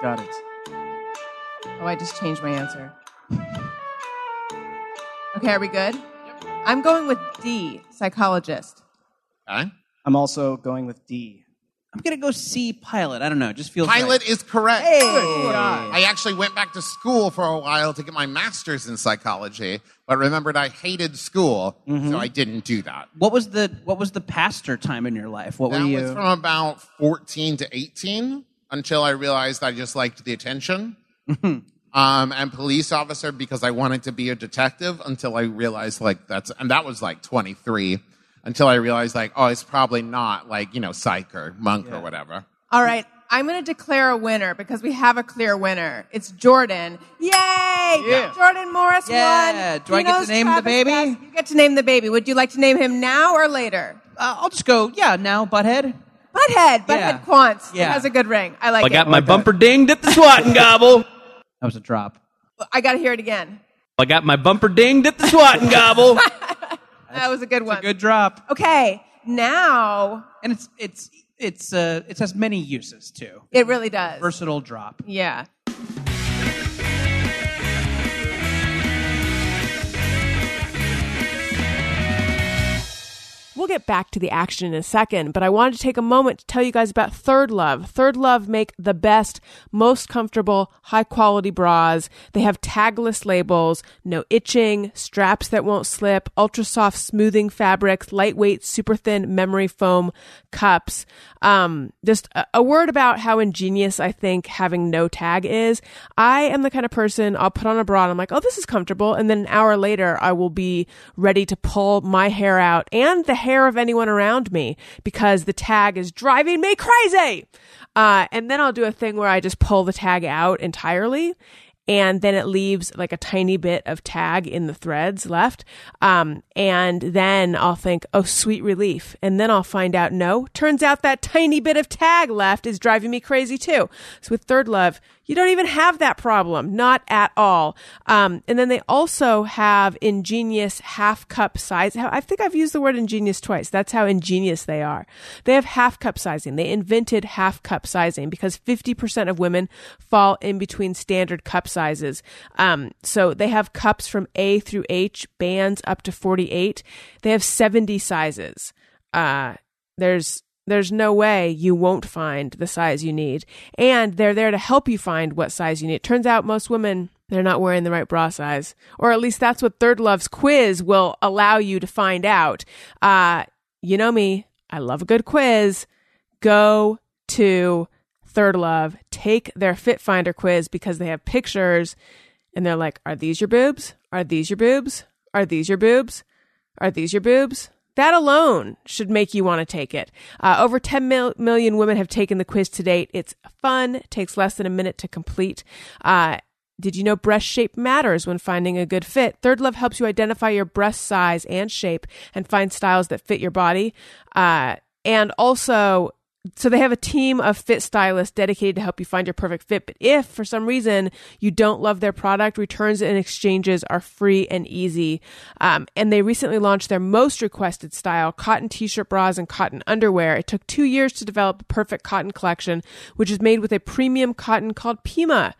S8: Got it.
S9: Oh, I just changed my answer. Okay, are we good? I'm going with D, psychologist.
S7: Okay.
S8: I'm also going with D.
S6: I'm gonna go see pilot. I don't know. It just feels
S7: Pilot
S6: Right.
S7: is correct.
S6: Hey.
S7: I actually went back to school for a while to get my master's in psychology, but remembered I hated school, so I didn't do that.
S6: What was the What was the pastor time in your life? What
S7: That
S6: were you?
S7: was from about 14 to 18 until I realized I just liked the <laughs> attention. um, and police officer because I wanted to be a detective until I realized like that's, and that was like 23 until I realized like, oh, it's probably not like, you know, psych or monk or whatever.
S9: All right, I'm going to declare a winner because we have a clear winner. It's Jordan. Yay! Jordan Morris
S6: Yeah.
S9: won.
S6: Do I get to
S9: knows
S6: name the baby?
S9: best. You get to name the baby. Would you like to name him now or later?
S6: uh, I'll just go. Yeah. Now, butthead.
S9: Butthead, Butthead
S6: Yeah.
S9: Quants.
S6: Yeah.
S9: It has a good ring. I like
S2: I
S9: it.
S2: got my bumper dinged at the swat and gobble.
S6: That was a drop.
S9: I got to hear it again.
S2: I got my bumper dinged at the swat and gobble.
S9: that was a good one.
S6: A good drop.
S9: okay, now
S6: And it's it's it's uh it has many uses too.
S9: it really does.
S6: Versatile drop.
S9: yeah.
S5: We'll get back to the action in a second, but I wanted to take a moment to tell you guys about Third Love. Third Love make the best, most comfortable, high quality bras. They have tagless labels, no itching, straps that won't slip, ultra soft smoothing fabrics, lightweight, super thin memory foam cups. Um, just a, a word about how ingenious I think having no tag is. I am the kind of person I'll put on a bra and I'm like, oh, this is comfortable. And then an hour later, I will be ready to pull my hair out and the hair of anyone around me because the tag is driving me crazy. Uh, and then I'll do a thing where I just pull the tag out entirely. And then it leaves like a tiny bit of tag in the threads left. Um, and then I'll think, oh, sweet relief. And then I'll find out, no, turns out that tiny bit of tag left is driving me crazy too. So with Third Love, you don't even have that problem, not at all. Um, and then they also have ingenious half cup size. I think I've used the word ingenious twice. That's how ingenious they are. They have half cup sizing. They invented half cup sizing because 50% of women fall in between standard cup sizes. Um, so they have cups from A through H, bands up to 48. They have 70 sizes. Uh, there's there's no way you won't find the size you need and they're there to help you find what size you need it turns out most women they're not wearing the right bra size or at least that's what third love's quiz will allow you to find out uh, you know me i love a good quiz go to third love take their fit finder quiz because they have pictures and they're like are these your boobs are these your boobs are these your boobs are these your boobs? That alone should make you want to take it. Uh, over 10 mil- million women have taken the quiz to date. It's fun, takes less than a minute to complete. Uh, did you know breast shape matters when finding a good fit? Third Love helps you identify your breast size and shape and find styles that fit your body. Uh, and also,
S3: so they have a team of fit stylists dedicated to help you find your perfect fit. But if for some reason you don't love their product, returns and exchanges are free and easy. Um, and they recently launched their most requested style cotton t shirt bras and cotton underwear. It took two years to develop the perfect cotton collection, which is made with a premium cotton called Pima.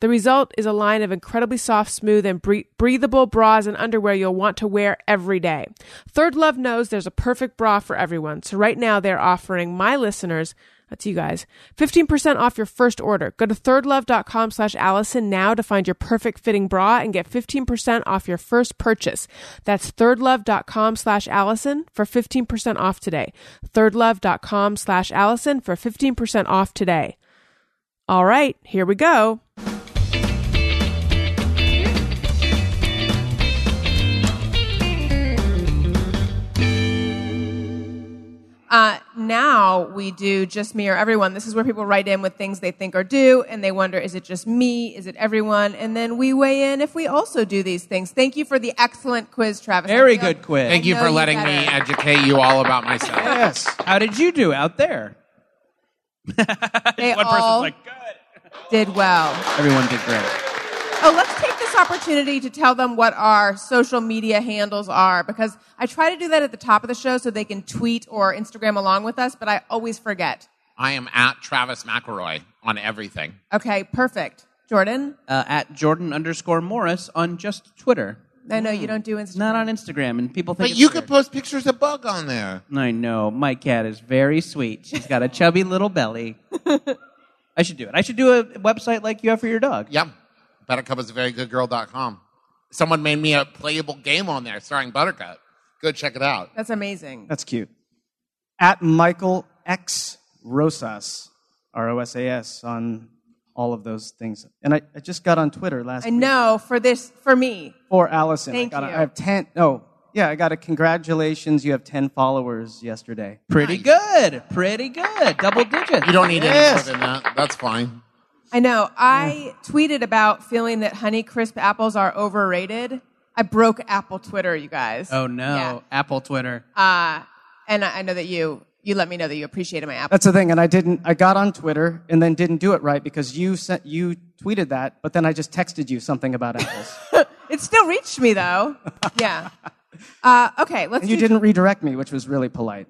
S3: The result is a line of incredibly soft, smooth, and bre- breathable bras and underwear you'll want to wear every day. Third Love knows there's a perfect bra for everyone, so right now they're offering my listeners, that's you guys, 15% off your first order. Go to thirdlove.com slash Allison now to find your perfect fitting bra and get 15% off your first purchase. That's thirdlove.com slash Allison for 15% off today. thirdlove.com slash Allison for 15% off today. All right, here we go.
S5: Uh, now we do just me or everyone. This is where people write in with things they think or do, and they wonder, is it just me? Is it everyone? And then we weigh in if we also do these things. Thank you for the excellent quiz, Travis.
S6: Very
S5: I feel-
S6: good quiz.
S7: Thank you
S5: know
S7: for
S5: you
S7: letting
S5: better.
S7: me educate you all
S5: <laughs>
S7: about myself.
S8: Yes.
S6: How did you do out there? <laughs>
S5: They
S10: One
S5: all
S10: person's like, good.
S5: did well.
S6: Everyone did great.
S5: Oh, let's take this opportunity to tell them what our social media handles are because I try to do that at the top of the show so they can tweet or Instagram along with us, but I always forget.
S7: I am at Travis McElroy on everything.
S5: Okay, perfect. Jordan,
S6: Uh, at Jordan underscore Morris on just Twitter.
S5: I know you
S6: Mm.
S5: don't do Instagram.
S6: Not on Instagram, and people think
S7: But
S6: it's
S7: you could
S6: weird.
S7: post pictures of Bug on there.
S6: I know. My cat is very sweet. She's got a chubby
S5: <laughs>
S6: little belly. I should do it. I should do a website like you have for your dog.
S7: Yeah. Buttercup is a very good girl.com. Someone made me a playable game on there starring Buttercup. Go check it out.
S5: That's amazing.
S8: That's cute. At Michael X Rosas, R O S A S, on all of those things. And I, I just got on Twitter last
S5: I
S8: week
S5: know for this, for me,
S8: for Allison.
S5: Thank
S8: I, got a-
S5: you.
S8: I have 10. Oh, yeah, I got a congratulations. You have 10 followers yesterday.
S6: Pretty good. Pretty good. Double digits.
S7: You don't need
S8: Yes.
S7: any more than that. That's fine.
S5: I know. I tweeted about feeling that Honey Crisp apples are overrated. I broke Apple Twitter, you guys.
S6: Oh no.
S5: Yeah.
S6: Apple Twitter.
S5: Uh, and I I know that you you let me know that you appreciated my apple.
S8: That's the thing. And I didn't, I got on Twitter and then didn't do it right because you sent, you tweeted that, but then I just texted you something about apples.
S5: It still reached me
S8: <laughs>
S5: though. yeah. Uh, okay, let's.
S8: and you
S5: do-
S8: <laughs> didn't redirect me, which was really polite.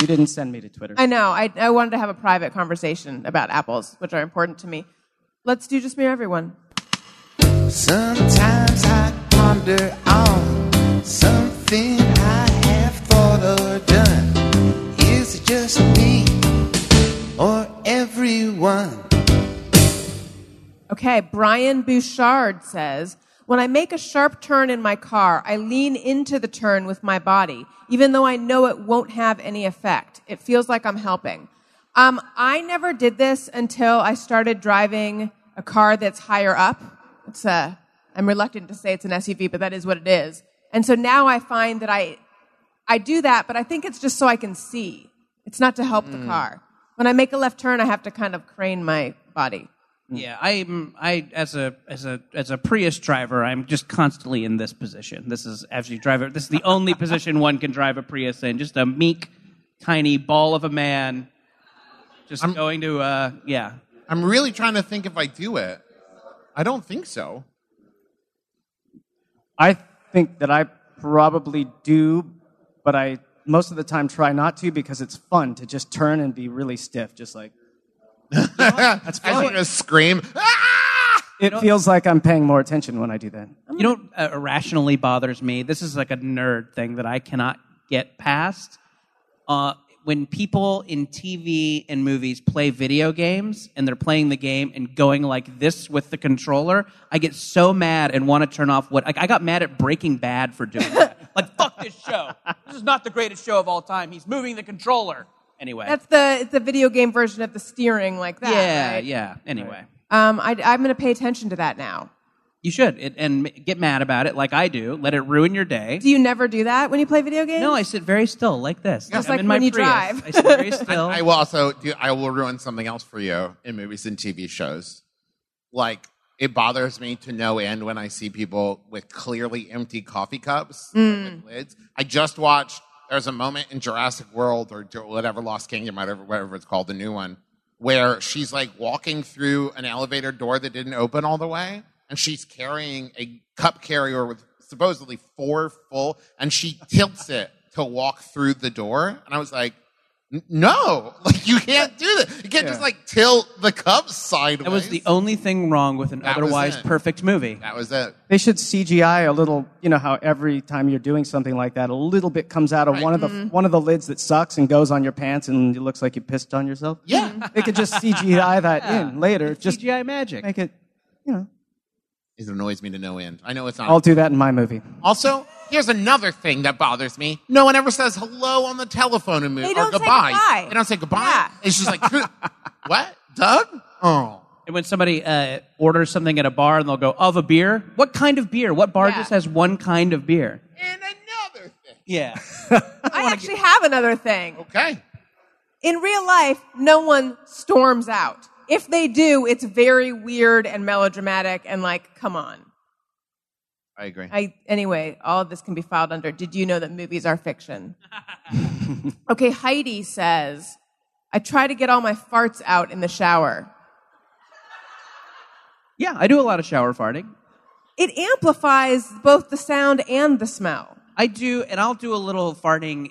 S8: You didn't send me to Twitter.
S5: I know. I, I wanted to have a private conversation about apples, which are important to me. Let's do just me or everyone.
S4: Sometimes I ponder on something I have thought or done. Is it just me or everyone?
S5: Okay, Brian Bouchard says, when I make a sharp turn in my car, I lean into the turn with my body, even though I know it won't have any effect. It feels like I'm helping. Um, I never did this until I started driving a car that's higher up. It's a, I'm reluctant to say it's an SUV, but that is what it is. And so now I find that I, I do that, but I think it's just so I can see. It's not to help
S8: Mm.
S5: the car. When I make a left turn, I have to kind of crane my body.
S6: Yeah, I'm. I as a as a as a Prius driver, I'm just constantly in this position. This is as you drive it. This is the only position one can drive a Prius in. Just a meek, tiny ball of a man, just going to. uh Yeah,
S7: I'm really trying to think if I do it. I don't think so.
S8: I think that I probably do, but I most of the time try not to because it's fun to just turn and be really stiff, just like
S7: <laughs> That's I just want to scream. "Ah!"
S8: it feels like I'm paying more attention when I do that.
S6: you know, what, uh, irrationally bothers me. This is like a nerd thing that I cannot get past. Uh, when people in TV and movies play video games and they're playing the game and going like this with the controller, I get so mad and want to turn off what. Like, I got mad at Breaking Bad for doing
S5: <laughs>
S6: that. like, fuck this show. This is not the greatest show of all time. He's moving the controller. Anyway.
S5: That's the it's the video game version of the steering like that.
S6: yeah,
S5: right?
S6: yeah. Anyway.
S5: Um, I, I'm going to pay attention to that now.
S6: You should it, and m- get mad about it like I do. Let it ruin your day.
S5: Do you never do that when you play video games?
S6: No, I sit very still like this.
S5: Just
S6: I'm
S5: like
S6: in my
S5: when you
S6: Prius.
S5: drive.
S6: I
S5: <laughs>
S6: sit very still.
S7: I will also do. I will ruin something else for you in movies and TV shows. Like it bothers me to no end when I see people with clearly empty coffee cups with lids. I just watched there's a moment in Jurassic World or Jo- whatever Lost Kingdom, whatever, whatever it's called, the new one, where she's like walking through an elevator door that didn't open all the way, and she's carrying a cup carrier with supposedly four full, and she tilts it to walk through the door, and I was like. "N- No, <laughs> like you can't do that. You can't just like tilt the cup sideways.
S6: That was the only thing wrong with an
S7: That was
S6: otherwise
S7: it.
S6: perfect movie.
S7: That was it.
S8: They should CGI a little. You know how every time you're doing something like that, a little bit comes out of one of the one of the lids that sucks and goes on your pants, and it looks like you pissed on yourself.
S7: Yeah.
S8: They could just CGI that in later. just
S6: CGI magic.
S8: make it. You know,
S7: <laughs> It annoys me to no end. I know it's not.
S8: I'll do that in my movie.
S7: Also, here's another thing that bothers me. No one ever says hello on the telephone in movies
S5: They
S7: or
S5: don't say
S7: goodbye.
S5: goodbye.
S7: They don't say goodbye.
S5: Yeah.
S7: It's
S5: <laughs>
S7: just like, what? Doug? Oh.
S6: And when somebody uh, orders something at a bar and they'll go, of a beer? What kind of beer? What bar
S5: Yeah.
S6: just has one kind of beer?
S7: And another thing.
S6: Yeah.
S5: <laughs> I actually have another thing.
S7: Okay.
S5: In real life, no one storms out. If they do, it's very weird and melodramatic and like, come on.
S7: I agree.
S5: I anyway, all of this can be filed under. Did you know that movies are
S7: <laughs>
S5: fiction? okay, Heidi says, I try to get all my farts out in the shower.
S6: yeah, I do a lot of shower farting.
S5: It amplifies both the sound and the smell.
S6: I do, and I'll do a little farting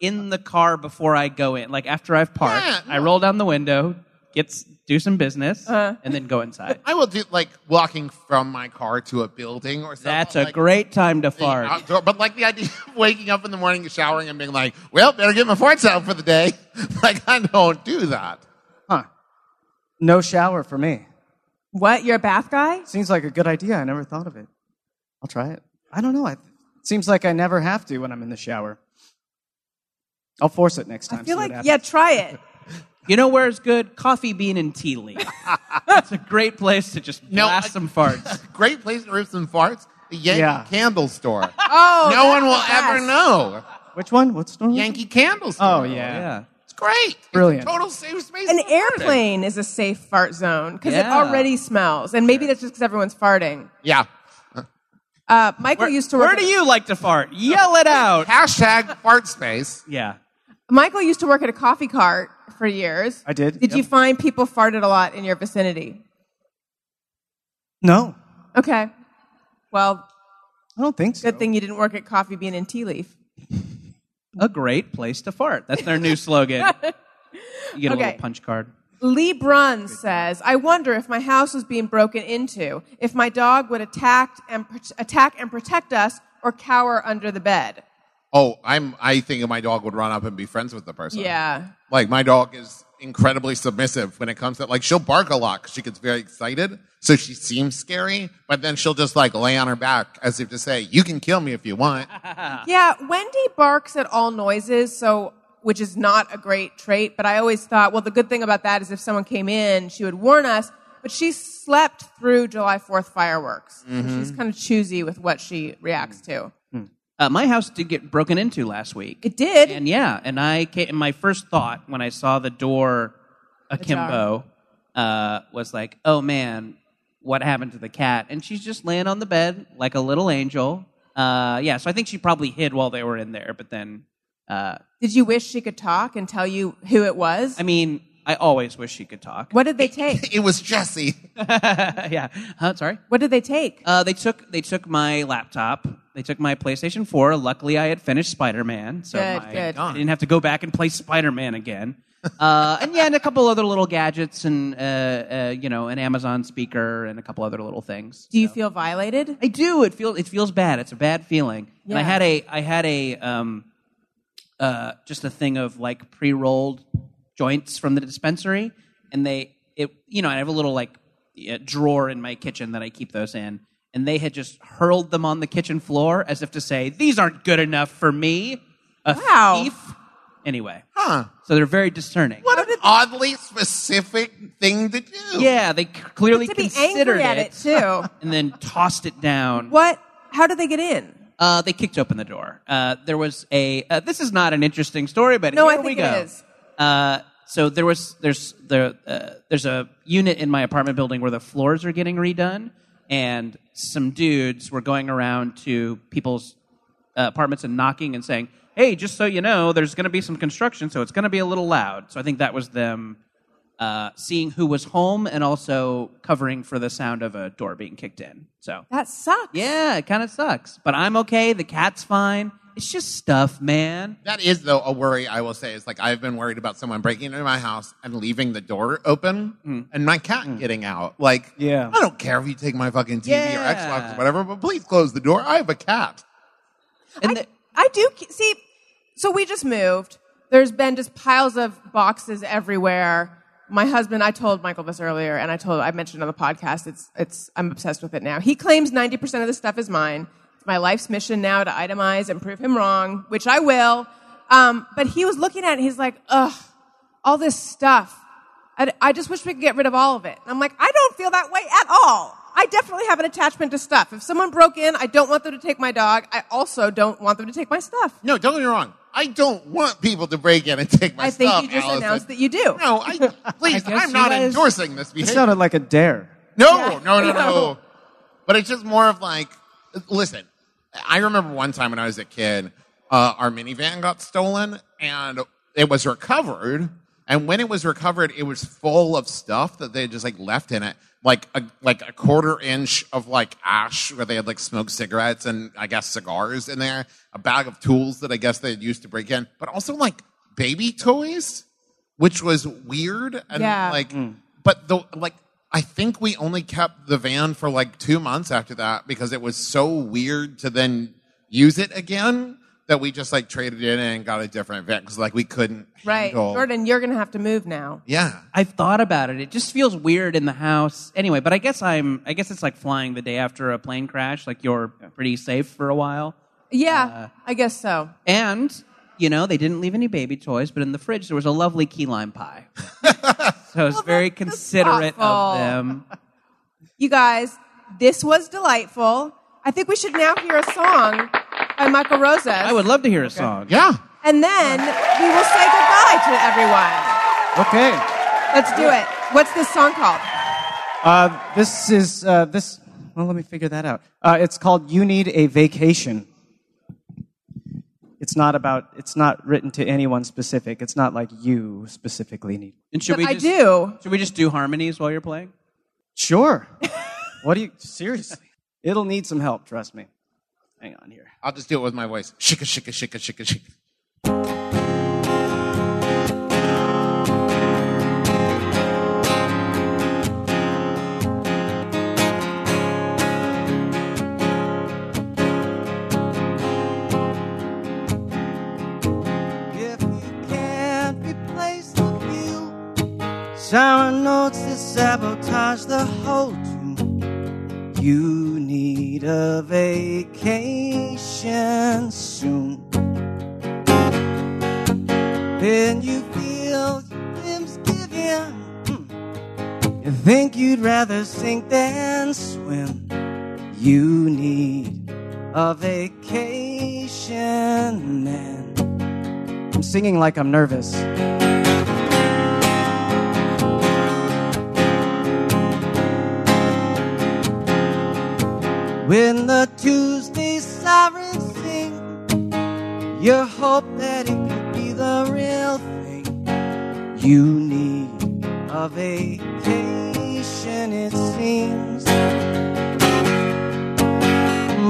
S6: in the car before I go in. Like after I've parked,
S7: Yeah.
S6: I roll down the window, get s- do some business,
S5: Uh-huh.
S6: and then
S7: <laughs>
S6: go inside.
S7: I will do like walking from my car to a building or something.
S6: That's a
S7: like,
S6: great time to
S7: the uh,
S6: fart.
S7: outdoor- but like the idea of waking up in the morning, showering, and being like, well, better get my farts out for the day. <laughs> like, I don't do that.
S8: Huh? No shower for me.
S5: What? You're a bath guy?
S8: Seems like a good idea. I never thought of it. I'll try it. I don't know. I, it seems like I never have to when I'm in the shower. I'll force it next time.
S5: I feel
S8: see what
S5: like yeah,
S8: happens.
S5: try it.
S6: You know where is good? Coffee bean and tea
S7: <laughs>
S6: leaf. it's a great place to just
S7: No, I-
S6: blast
S7: <laughs>
S6: some farts.
S7: Great place to rip some farts. The Yankee
S8: Yeah.
S7: Candle Store.
S5: <laughs> Oh,
S7: no one
S5: that's
S7: will
S5: the
S7: ever
S5: best.
S7: know.
S8: Which one? What's the
S7: Yankee Candle Store.
S8: Oh yeah.
S6: Yeah.
S7: It's great.
S8: Brilliant.
S7: It's a total safe space.
S5: An
S7: for farting.
S5: airplane is a safe fart zone because it
S6: Yeah.
S5: already smells, and maybe that's just because everyone's farting.
S7: Yeah.
S5: Uh, Michael used to work.
S6: Where
S5: at-
S6: do you like to
S7: <laughs>
S6: fart? Yell it out.
S7: Hashtag fart space.
S6: Yeah.
S5: Michael used to work at a coffee cart for years.
S8: I did,
S5: Did
S8: yep.
S5: you find people farted a lot in your vicinity?
S8: No,
S5: Okay. Well,
S8: I don't think so.
S5: good thing you didn't work at Coffee Bean and Tea Leaf.
S6: A great place to fart. That's
S7: <laughs>
S6: their new slogan. You get a
S5: Okay.
S6: little punch card.
S5: Lee Brunn says, "I wonder if my house was being broken into, if my dog would attack and pro- attack and protect us, or cower under the bed."
S7: Oh, I'm. I think my dog would run up and be friends with the person.
S5: Yeah.
S7: Like my dog is incredibly submissive when it comes to like she'll bark a lot 'cause she gets very excited, so she seems scary. But then she'll just like lay on her back as if to say, "You can kill me if you want."
S5: Yeah, Wendy barks at all noises, so which is not a great trait, but I always thought, well, the good thing about that is if someone came in, she would warn us, but she slept through July 4th fireworks. So
S6: Mm-hmm.
S5: she's kind of choosy with what she reacts to.
S6: Uh, my house did get broken into last week.
S5: It did.
S6: And yeah, and I came, and my first thought when I saw the door akimbo uh, was like, "Oh man, what happened to the cat?" And she's just laying on the bed like a little angel. Uh, yeah, so I think she probably hid while they were in there. But then, uh,
S5: did you wish she could talk and tell you who it was?
S6: I mean, I always wish she could talk.
S5: what did they take?
S7: It was Jesse.
S6: <laughs> yeah, huh, sorry.
S5: what did they take?
S6: Uh, they took they took my laptop. They took my PlayStation 4. Luckily, I had finished Spider Man, so
S5: Good,
S6: my-
S5: good.
S6: I didn't have to go back and play Spider Man again. Uh, and yeah, and a couple other little gadgets, and uh, uh, you know, an Amazon speaker, and a couple other little things.
S5: Do you feel violated?
S6: I do. It feels it feels bad. It's a bad feeling. And I
S5: Yeah.
S6: had a I had a um, uh, just a thing of like pre rolled joints from the dispensary, and they it you know I have a little like uh, drawer in my kitchen that I keep those in, and they had just hurled them on the kitchen floor as if to say these aren't good enough for me. A
S5: Wow.
S6: thief. Anyway,
S7: Huh?
S6: so they're very discerning.
S7: What an oddly specific thing to do.
S6: Yeah, they c- clearly
S5: To be
S6: considered
S5: angry at it, too.
S6: <laughs> and then tossed it down.
S5: what? How did they get in?
S6: Uh, they kicked open the door. Uh, there was a. Uh, this is not an interesting story, but
S5: No,
S6: here
S5: I
S6: we
S5: think
S6: go.
S5: it is.
S6: Uh, so there was there's there uh, there's a unit in my apartment building where the floors are getting redone, and some dudes were going around to people's uh, apartments and knocking and saying, "Hey, just so you know, there's going to be some construction, so it's going to be a little loud." So I think that was them uh, seeing who was home and also covering for the sound of a door being kicked in. So
S5: That sucks.
S6: yeah, it kind of sucks, but I'm okay. The cat's fine. It's just stuff, man.
S7: That is, though, a worry I will say. Is like I've been worried about someone breaking into my house and leaving the door open
S6: Mm.
S7: and my cat getting out. Like,
S11: Yeah.
S7: I don't care if you take my fucking TV or Xbox
S6: Yeah.
S7: or whatever, but please close the door. I have a cat.
S6: And
S5: I,
S6: the-
S5: I do ke- see. So we just moved. There's been just piles of boxes everywhere. My husband, I told Michael this earlier, and I told I mentioned on the podcast. It's it's I'm obsessed with it now. He claims 90% of the stuff is mine. It's my life's mission now to itemize and prove him wrong, which I will. Um, but he was looking at it. and He's like, ugh, all this stuff. I, I just wish we could get rid of all of it. And I'm like, I don't feel that way at all. I definitely have an attachment to stuff. If someone broke in, I don't want them to take my dog. I also don't want them to take my stuff.
S7: No, don't get me wrong. I don't want people to break in and take my
S5: I
S7: stuff.
S5: think you just
S7: Allison.
S5: announced that you do.
S7: No, I,
S5: <laughs>
S7: please,
S6: guess
S7: I'm not
S6: you guys-
S7: endorsing this
S11: It
S7: behavior.
S11: sounded like a dare.
S7: No,
S5: Yeah.
S7: no, no,
S5: No.
S7: no. But it's just more of like, listen, I remember one time when I was a kid, uh, our minivan got stolen and it was recovered. And when it was recovered, it was full of stuff that they just like left in it, like a, like a quarter inch of like ash where they had like smoked cigarettes and I guess cigars in there, a bag of tools that I guess they had used to break in, but also like baby toys, which was weird and
S5: Yeah.
S7: like but the like I think we only kept the van for like two months after that because it was so weird to then use it again that we just like traded it in and got a different van because like we couldn't
S5: Right.
S7: handle-
S5: Jordan, you're going to have to move now.
S7: Yeah,
S6: I've thought about it. It just feels weird in the house. Anyway, but I guess I'm. I guess it's like flying the day after a plane crash. Like you're pretty safe for a while.
S5: Yeah,
S6: Uh-huh.
S5: I guess so.
S6: And you know they didn't leave any baby toys, but in the fridge there was a lovely key lime pie. so it's
S5: that's-
S6: very
S5: that's
S6: considerate
S5: thoughtful.
S6: of them.
S5: You guys, this was delightful. I think we should now hear a song by Michael Rosas.
S6: I would love to hear a song.
S7: yeah.
S5: and then we will say goodbye to everyone.
S11: Okay.
S5: Let's do it. What's this song called?
S11: Uh, this is uh, this. Well, let me figure that out. Uh, it's called "You Need a Vacation." It's not about. It's not written to anyone specific. It's not like you specifically need.
S6: And should
S5: But
S6: we?
S5: I
S6: Just,
S5: do.
S6: Should we just do harmonies while you're playing?
S11: Sure. what do you seriously? It'll need some help. Trust me. Hang on here.
S7: I'll just do it with my voice. Shika shika shika shika shika.
S8: If you can't replace the view, sour notes that sabotage the whole tune. You need a vacation soon. Then you feel your limbs giving. Mm. You think you'd rather sink than swim. You need a vacation then.
S11: I'm singing like I'm nervous.
S8: When the Tuesday sirens sing, you hope that it could be the real thing. You need a vacation, it seems.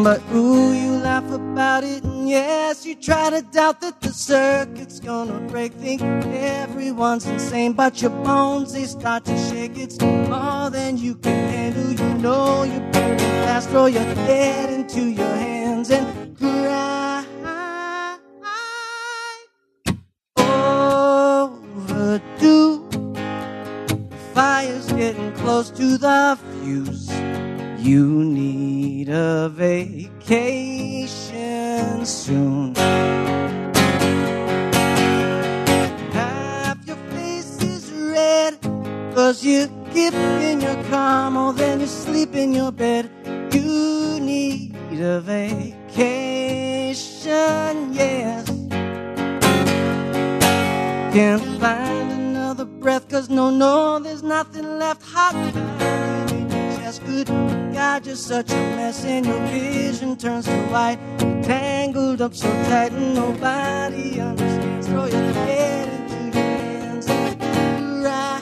S8: But ooh, you laugh about it, and yes, you try to doubt that the circuit's gonna break. Think everyone's insane, but your bones they start to shake. It's more than you can handle. You know you're burning fast. Throw your head into your hands and cry overdue. Fire's getting close to the fuse. You need a vacation soon. Half your face is red, cause you keep in your car, then you sleep in your bed. You need a vacation, yes. Can't find another breath, cause no, no, there's nothing left hot. Just good God, are just such a mess, and your vision turns to white. Tangled up so tight, and nobody understands. Throw your head into your hands. Right.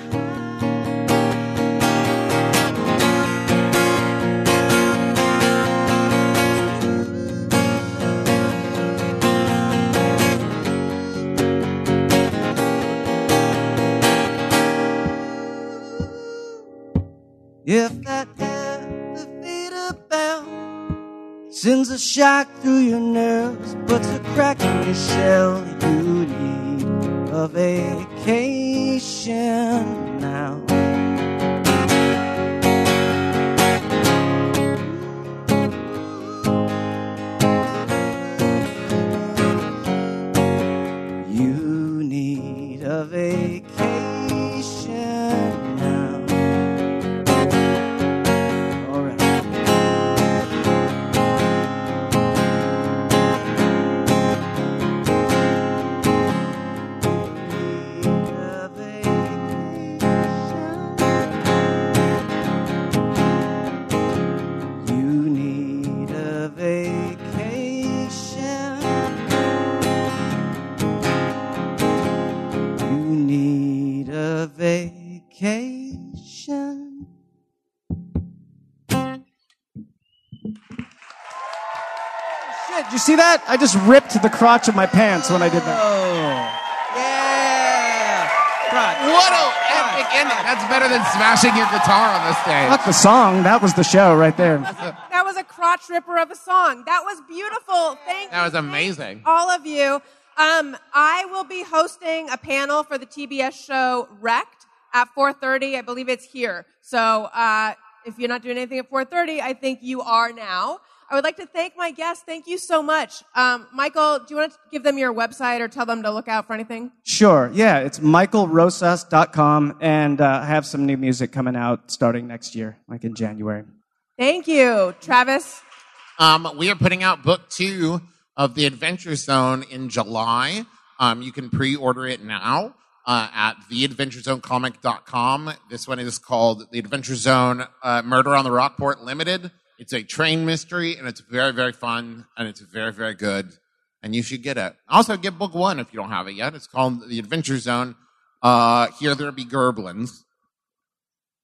S8: If that elevator bell sends a shock through your nerves, puts a crack in your shell, you need a vacation now. You need a vacation now. All right. You need a vacation. You need a vacation.
S12: Shit, did you see that? I just ripped the crotch of my pants when I did that.
S6: Yeah. Crotch.
S7: What a epic ending! That's better than smashing your guitar on the stage.
S12: Fuck the song. That was the show right there.
S5: That was a crotch ripper of a song. That was beautiful. Thank
S7: That
S5: you.
S7: was amazing.
S5: all of you. Um, I will be hosting a panel for the TBS show Wrecked at 4:30. I believe it's here. So uh, if you're not doing anything at 4:30, I think you are now. I would like to thank my guests. Thank you so much, um, Michael. Do you want to give them your website or tell them to look out for anything?
S12: Sure. Yeah, it's michaelrosas.com, and uh, I have some new music coming out starting next year, like in January.
S5: Thank you, Travis.
S7: Um, we are putting out book two of The Adventure Zone in July. Um, you can pre order it now uh, at theadventurezonecomic.com. This one is called The Adventure Zone uh, Murder on the Rockport Limited. It's a train mystery and it's very, very fun and it's very, very good. And you should get it. Also, get book one if you don't have it yet. It's called The Adventure Zone. Uh, Here There Be Gerblins.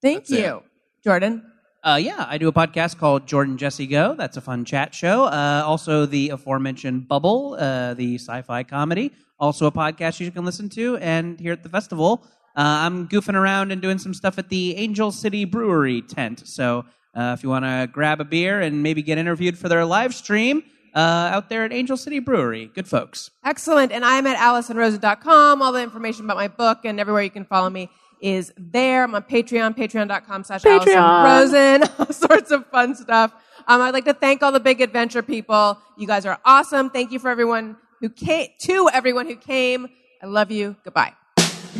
S5: Thank
S7: That's it.
S5: you, Jordan.
S6: Uh, yeah, I do a podcast called Jordan Jesse Go. That's a fun chat show. Uh, also, the aforementioned Bubble, uh, the sci-fi comedy. Also, a podcast you can listen to. And here at the festival, uh, I'm goofing around and doing some stuff at the Angel City Brewery tent. So uh, if you want to grab a beer and maybe get interviewed for their live stream uh, out there at Angel City Brewery, good folks.
S5: Excellent. And I'm at AllisonRosen.com. All the information about my book and everywhere you can follow me is there. I'm on Patreon, patreon.com slash Allison Rosen, <laughs> all sorts of fun stuff. Um, I'd like to thank all the big adventure people. You guys are awesome. Thank you for everyone who came, to everyone who came. I love you. Goodbye.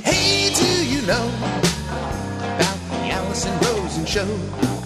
S13: Hey, do you know about the Allison Rosen show?